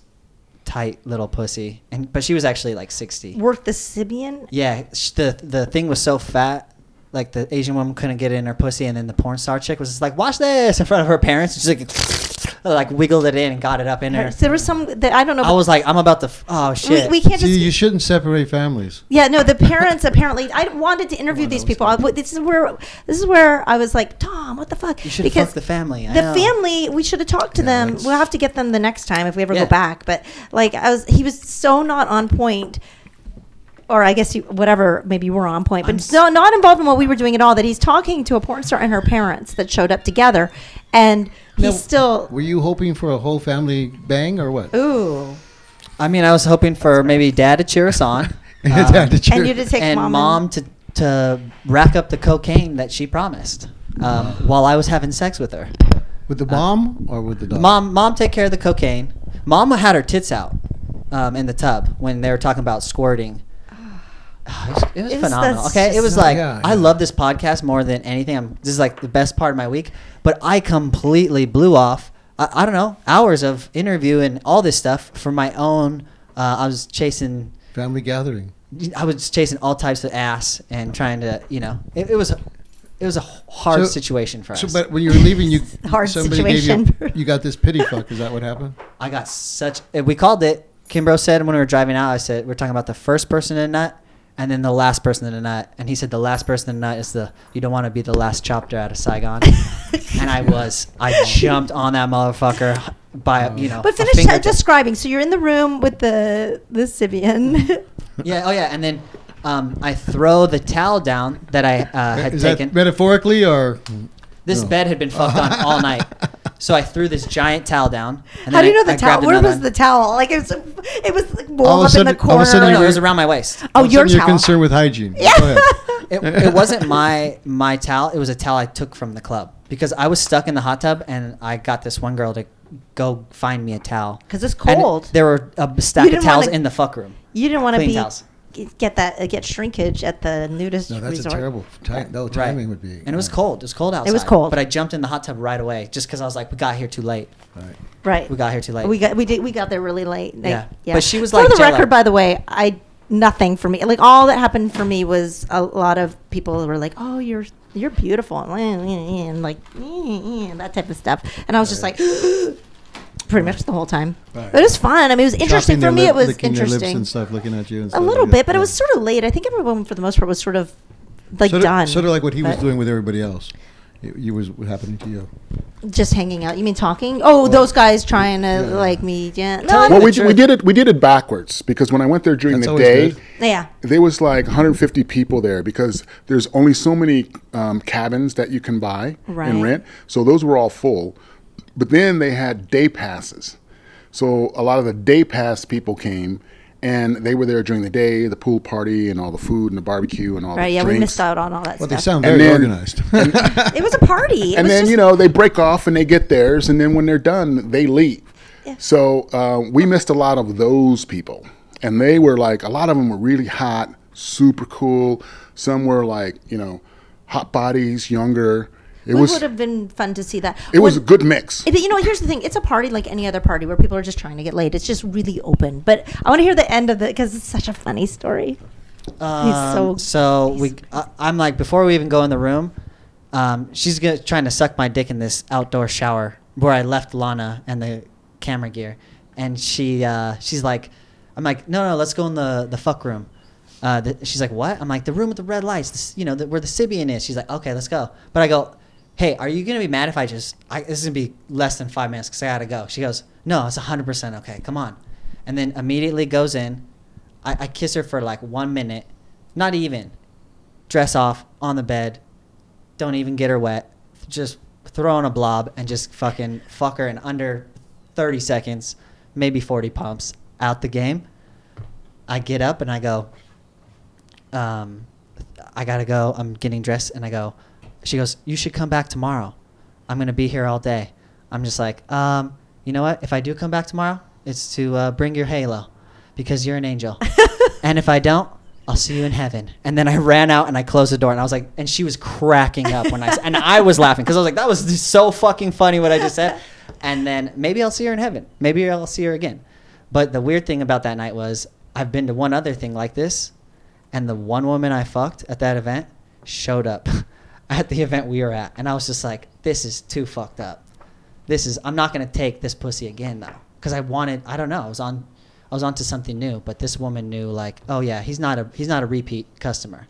[SPEAKER 4] tight little pussy, and but she was actually like sixty.
[SPEAKER 2] Worked the Sibian.
[SPEAKER 4] Yeah, sh- the the thing was so fat, like the Asian woman couldn't get it in her pussy, and then the porn star chick was just like, "Watch this!" in front of her parents, and she's like, like wiggled it in and got it up in her.
[SPEAKER 2] So there was some that I don't know.
[SPEAKER 4] I was like, "I'm about to." F- oh
[SPEAKER 2] we,
[SPEAKER 4] shit!
[SPEAKER 2] we can't
[SPEAKER 3] See,
[SPEAKER 2] just
[SPEAKER 3] you shouldn't separate families.
[SPEAKER 2] Yeah, no, the parents apparently. I wanted to interview
[SPEAKER 3] Come on,
[SPEAKER 2] these
[SPEAKER 3] that was
[SPEAKER 2] people. I, w- this is where this is where I was like, Tom, what the fuck?
[SPEAKER 4] you should have fucked the family. I
[SPEAKER 2] the
[SPEAKER 4] know.
[SPEAKER 2] family, we should have talked to
[SPEAKER 3] Yeah,
[SPEAKER 2] them.
[SPEAKER 3] that's-
[SPEAKER 2] We'll have to get them the next time if we ever
[SPEAKER 4] Yeah.
[SPEAKER 2] go back. But like, I was, he was so not on point, or I guess you, whatever. Maybe you were on point,
[SPEAKER 4] I'm
[SPEAKER 2] but
[SPEAKER 4] s-
[SPEAKER 2] so not involved in what we were doing at all. That he's talking to a porn star and her parents that showed up together, and he's
[SPEAKER 3] Now,
[SPEAKER 2] still.
[SPEAKER 3] Were you hoping for a whole family bang or what?
[SPEAKER 2] Ooh,
[SPEAKER 4] I mean, I was hoping for maybe dad to cheer us on, um,
[SPEAKER 3] Yeah, did you-
[SPEAKER 2] and you just take
[SPEAKER 4] and
[SPEAKER 2] mom,
[SPEAKER 4] mom,
[SPEAKER 2] and-
[SPEAKER 4] to to rack up the cocaine that she promised um, while I was having sex with her.
[SPEAKER 3] with the mom or with the dog?
[SPEAKER 4] Mom, mom, take care of the cocaine. Mom had her tits out um, in the tub when they were talking about squirting. Oh, It was, it was
[SPEAKER 2] It was-
[SPEAKER 4] phenomenal.
[SPEAKER 2] that's
[SPEAKER 4] Okay, it
[SPEAKER 2] just
[SPEAKER 4] was
[SPEAKER 2] so-
[SPEAKER 4] like
[SPEAKER 3] Yeah,
[SPEAKER 4] I
[SPEAKER 3] yeah.
[SPEAKER 4] love this podcast more than anything. I'm, this is like the best part of my week. But I completely blew off. I, I don't know hours of interview and all this stuff for my own. Uh, I was chasing.
[SPEAKER 3] family gathering.
[SPEAKER 4] I was chasing all types of ass and trying to, you know, it, it was, it was a hard
[SPEAKER 3] So-
[SPEAKER 4] situation for us.
[SPEAKER 3] So, but when you were leaving, you
[SPEAKER 2] Hard
[SPEAKER 3] somebody gave you
[SPEAKER 2] situation.
[SPEAKER 3] you got this pity fuck. Is that what happened?
[SPEAKER 4] I got such. uh, We called it. Kimbro said when we were driving out, I said we're talking about the first person to nut, and then the last person to nut. And he said the last person to nut is the you don't want to be the last chapter out of Saigon. and I was. I jumped on that motherfucker
[SPEAKER 3] Oh.
[SPEAKER 4] by you know.
[SPEAKER 2] But
[SPEAKER 4] a
[SPEAKER 2] finish t-
[SPEAKER 4] finger-
[SPEAKER 2] describing. So you're in the room with the the
[SPEAKER 3] Mm-hmm.
[SPEAKER 2] Sibian.
[SPEAKER 4] Yeah. Oh yeah. And then um, I throw the towel down that I uh, had
[SPEAKER 3] Is
[SPEAKER 4] taken.
[SPEAKER 3] that metaphorically or?
[SPEAKER 4] this
[SPEAKER 3] No.
[SPEAKER 4] bed had been fucked on all night. So I threw this giant towel down. And
[SPEAKER 2] How do
[SPEAKER 4] then
[SPEAKER 2] you know
[SPEAKER 4] I-
[SPEAKER 2] the
[SPEAKER 4] I
[SPEAKER 2] towel?
[SPEAKER 4] grabbed
[SPEAKER 2] Where
[SPEAKER 4] another
[SPEAKER 2] was
[SPEAKER 4] one.
[SPEAKER 2] the towel? Like it was, it was like
[SPEAKER 3] All
[SPEAKER 2] rolled
[SPEAKER 3] of
[SPEAKER 2] up
[SPEAKER 3] a
[SPEAKER 2] in the
[SPEAKER 3] sudden- all of
[SPEAKER 2] corner.
[SPEAKER 3] a sudden
[SPEAKER 4] No,
[SPEAKER 3] you
[SPEAKER 4] no, it
[SPEAKER 3] were-
[SPEAKER 4] was around my waist.
[SPEAKER 2] oh,
[SPEAKER 3] all of a
[SPEAKER 2] your
[SPEAKER 3] sudden
[SPEAKER 2] towel.
[SPEAKER 3] You're concerned with hygiene.
[SPEAKER 2] Yeah.
[SPEAKER 3] Go ahead.
[SPEAKER 4] it, it wasn't my my towel. It was a towel I took from the club because I was stuck in the hot tub and I got this one girl to go find me a towel
[SPEAKER 2] 'Cause it's
[SPEAKER 4] And
[SPEAKER 2] cold.
[SPEAKER 4] there were a stack of
[SPEAKER 2] didn't
[SPEAKER 4] towels
[SPEAKER 2] wanna-
[SPEAKER 4] in the fuck room.
[SPEAKER 2] You didn't want to
[SPEAKER 4] Clean
[SPEAKER 2] be
[SPEAKER 4] towels.
[SPEAKER 2] get- get that uh, get shrinkage at the nudist
[SPEAKER 3] No, that's
[SPEAKER 2] resort.
[SPEAKER 3] a terrible time. No,
[SPEAKER 4] Right,
[SPEAKER 3] timing would be.
[SPEAKER 4] and it was cold. It was cold outside.
[SPEAKER 2] was cold.
[SPEAKER 4] but I jumped in the hot tub right away just because I was like, we got here too late.
[SPEAKER 3] Right.
[SPEAKER 2] Right.
[SPEAKER 4] We got here too late.
[SPEAKER 2] We got we did we got there really late. Like,
[SPEAKER 4] Yeah. But she was
[SPEAKER 2] for
[SPEAKER 4] like
[SPEAKER 2] the
[SPEAKER 4] Jell-O.
[SPEAKER 2] record, by the way, I nothing for me. Like all that happened for me was a lot of people were like, "Oh, you're you're beautiful," and like that type of stuff. And I was just like, pretty much the whole time.
[SPEAKER 3] Right.
[SPEAKER 2] But it was fun. I mean, it was interesting
[SPEAKER 3] Dropping
[SPEAKER 2] for
[SPEAKER 3] their
[SPEAKER 2] me.
[SPEAKER 3] lip-
[SPEAKER 2] it was
[SPEAKER 3] licking their lips
[SPEAKER 2] interesting.
[SPEAKER 3] and stuff, looking at you and
[SPEAKER 2] A
[SPEAKER 3] stuff
[SPEAKER 2] little
[SPEAKER 3] like
[SPEAKER 2] bit, but it
[SPEAKER 3] Yeah.
[SPEAKER 2] was sort of late. I think everyone, for the most part, was sort of like
[SPEAKER 3] sort of,
[SPEAKER 2] done.
[SPEAKER 3] Sort of like what he was
[SPEAKER 2] but-
[SPEAKER 3] doing with everybody else. You, you was what happening to you.
[SPEAKER 2] Just hanging out. You mean talking? Oh, those guys trying to like me. Yeah. No,
[SPEAKER 1] Well,
[SPEAKER 2] I'm-
[SPEAKER 1] we, d- we did it. We did it backwards because when I went there during
[SPEAKER 3] That's
[SPEAKER 1] the
[SPEAKER 3] always
[SPEAKER 1] day,
[SPEAKER 3] good.
[SPEAKER 2] yeah.
[SPEAKER 1] there was like 150 people there because there's only so many um, cabins that you can buy
[SPEAKER 2] Right.
[SPEAKER 1] and rent. So those were all full. But then they had day passes. So a lot of the day pass people came and they were there during the day, the pool party and all the food and the barbecue and all
[SPEAKER 2] Right.
[SPEAKER 1] the
[SPEAKER 2] Yeah,
[SPEAKER 1] drinks.
[SPEAKER 2] we missed out on all that
[SPEAKER 3] Well, they
[SPEAKER 2] stuff.
[SPEAKER 3] sound
[SPEAKER 1] And
[SPEAKER 3] very
[SPEAKER 1] then-
[SPEAKER 3] organized.
[SPEAKER 2] it was a party. It
[SPEAKER 1] and
[SPEAKER 2] was
[SPEAKER 1] then
[SPEAKER 2] just,
[SPEAKER 1] you know they break off and they get theirs, and then when they're done, they leave.
[SPEAKER 2] Yeah.
[SPEAKER 1] So uh, we missed a lot of those people, and they were like a lot of them were really hot, super cool. Some were like you know hot bodies, younger. It
[SPEAKER 2] it
[SPEAKER 1] was
[SPEAKER 2] would have been fun to see that.
[SPEAKER 1] it was a
[SPEAKER 2] When-
[SPEAKER 1] good mix.
[SPEAKER 2] It- you know, here's the thing. It's a party like any other party where people are just trying to get laid. It's just really open. But I want to hear the end of it because it's such a funny story.
[SPEAKER 4] Um,
[SPEAKER 2] so-
[SPEAKER 4] so we, uh,
[SPEAKER 2] he's-
[SPEAKER 4] I, I'm like, before we even go in the room, um, she's gonna, trying to suck my dick in this outdoor shower where I left Lana and the camera gear, and she, uh, she's like, I'm like, no, no, let's go in the the fuck room. Uh, the, she's like, what? I'm like, the room with the red lights, this, you know, the, where the Sibian is. She's like, okay, let's go. But I go, hey, are you gonna be mad if I just, I, this is gonna be less than five minutes because I gotta go. She goes, no, it's 100% okay, come on. And then immediately goes in, I, I kiss her for like one minute, not even. Dress off on the bed, don't even get her wet. Just throw in a blob and just fucking fuck her in under 30 seconds, maybe 40 pumps out the game. I get up and I go, um, I gotta go. I'm getting dressed and I go. She goes, you should come back tomorrow. I'm gonna be here all day. I'm just like, um, you know what? If I do come back tomorrow, it's to uh, bring your halo, because you're an angel. and if I don't, I'll see you in heaven. And then I ran out and I closed the door and I was like, and she was cracking up when I s- and I was laughing because I was like, that was just so fucking funny what I just said. And then maybe I'll see her in heaven. Maybe I'll see her again. But the weird thing about that night was I've been to one other thing like this, and the one woman I fucked at that event showed up at the event we were at, and I was just like, this is too fucked up. This is I'm not gonna take this pussy again though, because I wanted I don't know I was on I was onto something new, but this woman knew like oh yeah he's not a he's not a repeat customer.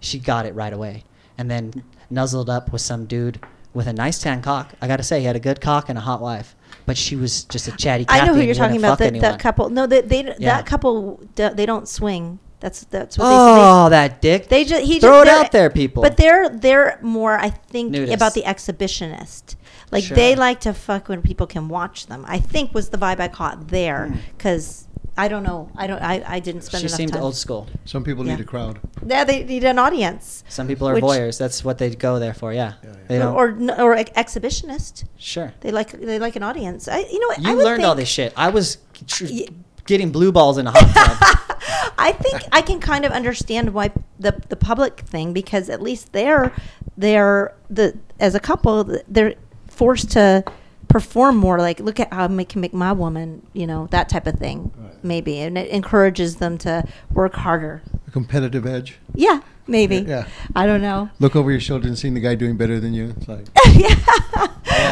[SPEAKER 4] She got it right away, and then nuzzled up with some dude with a nice tan cock. I gotta say he had a good cock and a hot wife, but she was just a chatty.
[SPEAKER 2] I know who
[SPEAKER 4] Cathy
[SPEAKER 2] you're
[SPEAKER 4] and
[SPEAKER 2] talking
[SPEAKER 4] wouldn't
[SPEAKER 2] about.
[SPEAKER 4] fuck
[SPEAKER 2] That,
[SPEAKER 4] anyone.
[SPEAKER 2] that couple. No, they, they
[SPEAKER 4] Yeah.
[SPEAKER 2] that couple. d- They don't swing. That's that's what
[SPEAKER 4] Oh, that dick!
[SPEAKER 2] they just he just,
[SPEAKER 4] throw it
[SPEAKER 2] they're-
[SPEAKER 4] out there, people.
[SPEAKER 2] But they're they're more I think
[SPEAKER 4] Nudist.
[SPEAKER 2] about the exhibitionist. Like
[SPEAKER 4] Sure.
[SPEAKER 2] they like to fuck when people can watch them. I think was the vibe I caught there because I don't know. I don't. I, I didn't spend
[SPEAKER 4] Hmm. she
[SPEAKER 2] enough
[SPEAKER 4] seemed
[SPEAKER 2] time.
[SPEAKER 4] old school.
[SPEAKER 3] Some people
[SPEAKER 2] Yeah.
[SPEAKER 3] need a crowd.
[SPEAKER 2] Yeah, they need an audience.
[SPEAKER 4] Some people are
[SPEAKER 2] Which-
[SPEAKER 4] voyeurs. That's what they go there for. Yeah,
[SPEAKER 3] Yeah, yeah.
[SPEAKER 4] they don't.
[SPEAKER 2] or n- or ex- exhibitionist.
[SPEAKER 4] sure.
[SPEAKER 2] They like they like an audience. I you know what,
[SPEAKER 4] You
[SPEAKER 2] I would
[SPEAKER 4] learned all
[SPEAKER 2] think-
[SPEAKER 4] this shit. I was tr-
[SPEAKER 2] Ye-
[SPEAKER 4] getting blue balls in a hot tub.
[SPEAKER 2] I think I can kind of understand why the the public thing because at least they're they're the as a couple they're forced to perform more like look at how I can make my woman you know that type of thing
[SPEAKER 3] Right.
[SPEAKER 2] maybe and it encourages them to work harder
[SPEAKER 3] A competitive edge.
[SPEAKER 2] yeah maybe
[SPEAKER 3] Yeah.
[SPEAKER 2] I don't know
[SPEAKER 3] Look over your shoulder and seeing the guy doing better than you. It's like,
[SPEAKER 2] yeah.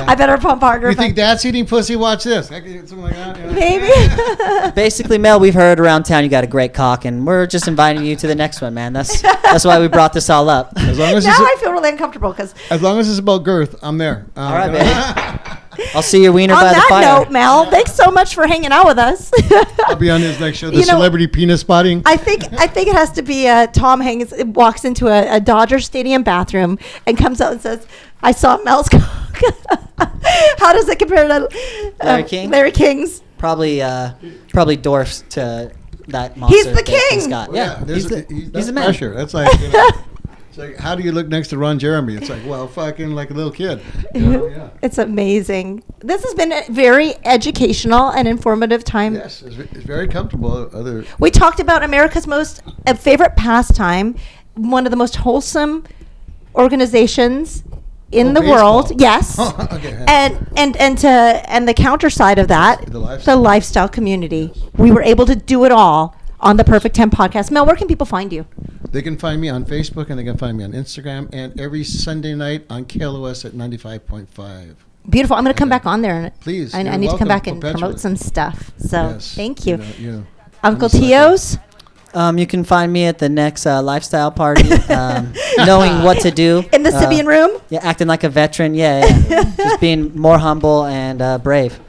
[SPEAKER 2] I better pump harder
[SPEAKER 3] you
[SPEAKER 2] if I-
[SPEAKER 3] think that's eating pussy? Watch this. I can- Something like that. you know.
[SPEAKER 2] maybe
[SPEAKER 4] Basically, Mel, we've heard around town you got a great cock, and we're just inviting you to the next one, man. That's that's why we brought this all up.
[SPEAKER 3] As long as,
[SPEAKER 2] now
[SPEAKER 3] it's,
[SPEAKER 2] I feel really uncomfortable because
[SPEAKER 3] as long as it's about girth, I'm there. Um,
[SPEAKER 4] All right, baby. I'll see your wiener
[SPEAKER 2] on
[SPEAKER 4] by the
[SPEAKER 2] that
[SPEAKER 4] fire.
[SPEAKER 2] note Mel thanks so much for hanging out with us
[SPEAKER 3] I'll be on his next show, the
[SPEAKER 2] You know-
[SPEAKER 3] celebrity penis spotting.
[SPEAKER 2] I think I think it has to be uh, Tom Hanks walks into a, a Dodger Stadium bathroom and comes out and says, "I saw Mel's cock." How does it compare to uh,
[SPEAKER 4] Larry King?
[SPEAKER 2] Larry King's.
[SPEAKER 4] probably uh, probably dwarfs to that monster.
[SPEAKER 2] the
[SPEAKER 4] that he's
[SPEAKER 2] king!
[SPEAKER 4] got.
[SPEAKER 3] Well,
[SPEAKER 4] Yeah,
[SPEAKER 3] Oh, there's
[SPEAKER 4] he's,
[SPEAKER 3] a-
[SPEAKER 4] the,
[SPEAKER 3] he-
[SPEAKER 4] he's,
[SPEAKER 3] that's
[SPEAKER 4] the man.
[SPEAKER 3] Pressure. That's like, you know, it's like, how do you look next to Ron Jeremy? It's like, well, fucking like a little kid. You know, yeah.
[SPEAKER 2] It's amazing. This has been a very educational and informative time.
[SPEAKER 3] Yes, it's, ve- it's very comfortable. Other
[SPEAKER 2] We talked about America's most uh, favorite pastime, one of the most wholesome organizations in
[SPEAKER 3] Oh,
[SPEAKER 2] the
[SPEAKER 3] baseball.
[SPEAKER 2] world. Yes.
[SPEAKER 3] Okay.
[SPEAKER 2] And and and to and the counter side of that,
[SPEAKER 3] The lifestyle.
[SPEAKER 2] lifestyle community. We were able to do it all on the Perfect 10 podcast. Mel, where can people find you?
[SPEAKER 3] They can find me on Facebook and they can find me on Instagram and every Sunday night on KLOS at 95.5.
[SPEAKER 2] Beautiful. I'm going to come back on there. And
[SPEAKER 3] Please,
[SPEAKER 2] I, I
[SPEAKER 3] you're
[SPEAKER 2] need to come
[SPEAKER 3] welcome
[SPEAKER 2] back and
[SPEAKER 3] perpetually.
[SPEAKER 2] promote some stuff. So
[SPEAKER 3] Yes,
[SPEAKER 2] thank you.
[SPEAKER 3] know, yeah.
[SPEAKER 2] Uncle
[SPEAKER 3] I'm a sucker.
[SPEAKER 2] Tio's.
[SPEAKER 4] Um, you can find me at the next uh, lifestyle party, um, knowing what to do
[SPEAKER 2] In the
[SPEAKER 4] uh,
[SPEAKER 2] Sibian room?
[SPEAKER 4] Yeah, acting like a veteran. Yeah, yeah. just being more humble and uh, brave.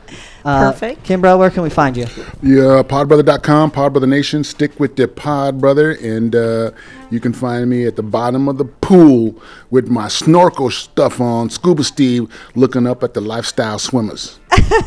[SPEAKER 4] Uh,
[SPEAKER 2] Perfect.
[SPEAKER 4] Kimbro, where can we find you?
[SPEAKER 1] Yeah, podbrother.com, Podbrother Nation. Stick with your pod, brother. And uh, you can find me at the bottom of the pool with my snorkel stuff on, Scuba Steve, looking up at the lifestyle swimmers.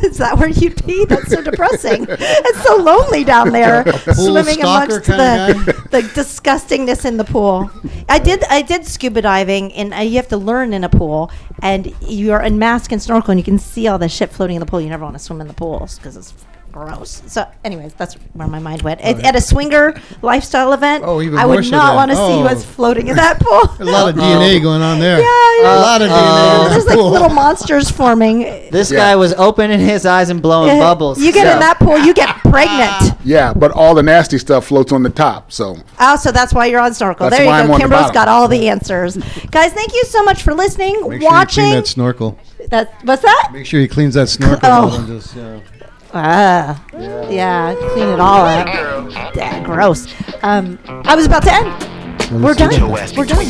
[SPEAKER 2] Is that where you pee? That's so depressing. it's so lonely down there, swimming
[SPEAKER 3] stalker
[SPEAKER 2] amongst
[SPEAKER 3] kinda
[SPEAKER 2] the, the disgustingness in the pool. I did I did scuba diving, and uh, you have to learn in a pool, and you're in mask and snorkel, and you can see all the shit floating in the pool. You never want to swim in the pools because it's gross. So, anyways, that's where my mind went. At, at a swinger lifestyle event,
[SPEAKER 3] Oh, even
[SPEAKER 2] I
[SPEAKER 3] more
[SPEAKER 2] would
[SPEAKER 3] so
[SPEAKER 2] not
[SPEAKER 3] then.
[SPEAKER 2] want to see you
[SPEAKER 3] Oh.
[SPEAKER 2] as floating in that pool.
[SPEAKER 3] A lot of DNA going on there.
[SPEAKER 2] Yeah, I
[SPEAKER 3] a
[SPEAKER 2] know.
[SPEAKER 3] lot of DNA. in
[SPEAKER 2] There's
[SPEAKER 3] that
[SPEAKER 2] like
[SPEAKER 3] pool.
[SPEAKER 2] little monsters forming.
[SPEAKER 4] This
[SPEAKER 1] Yeah.
[SPEAKER 4] guy was opening his eyes and blowing
[SPEAKER 2] Yeah.
[SPEAKER 4] bubbles.
[SPEAKER 2] You get
[SPEAKER 1] Yeah.
[SPEAKER 2] in that pool, you get pregnant.
[SPEAKER 1] Yeah, but all the nasty stuff floats on the top. So
[SPEAKER 2] Oh, so that's why you're on snorkel.
[SPEAKER 1] That's
[SPEAKER 2] there
[SPEAKER 1] why
[SPEAKER 2] you
[SPEAKER 1] I'm
[SPEAKER 2] go.
[SPEAKER 1] on the
[SPEAKER 2] Kimberl's
[SPEAKER 1] bottom.
[SPEAKER 2] got all the answers. Guys, thank you so much for listening,
[SPEAKER 3] Make sure you
[SPEAKER 2] watching.
[SPEAKER 3] clean that snorkel.
[SPEAKER 2] that, what's that?
[SPEAKER 3] Make sure he cleans that snorkel.
[SPEAKER 2] Oh.
[SPEAKER 3] out and just, uh, yeah.
[SPEAKER 2] Ah, yeah. clean it all up. Yeah, gross. Um, I was about to end. We're done. We're done.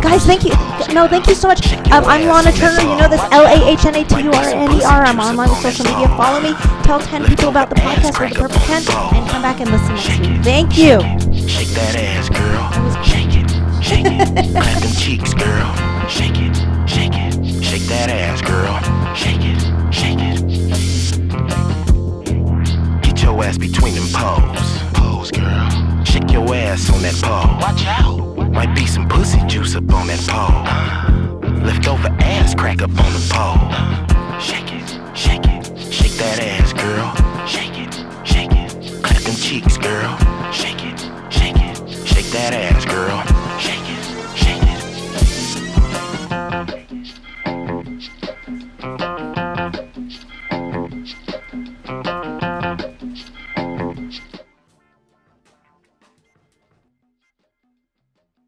[SPEAKER 2] Guys, thank you. No, thank you so much. Um, I'm Lana Turner. You know this. L A H N A T U R N E R. I'm online on social media. Follow me. Tell 10 people about the podcast with the Purple 10 and come back and listen next week. Thank you.
[SPEAKER 5] Shake that ass, girl. Shake it, shake it. Clap them cheeks, girl. Shake it, shake it. Shake that ass, girl. Shake it, shake it. Get your ass between them poles. Pose, girl. Shake your ass on that pole. Watch out. Might be some pussy juice up on that pole. Leftover ass crack up on the pole. Shake it, shake it. Shake that ass, girl. Shake it, shake it. Clap them cheeks, girl. Shake it, shake it. Shake that ass, girl.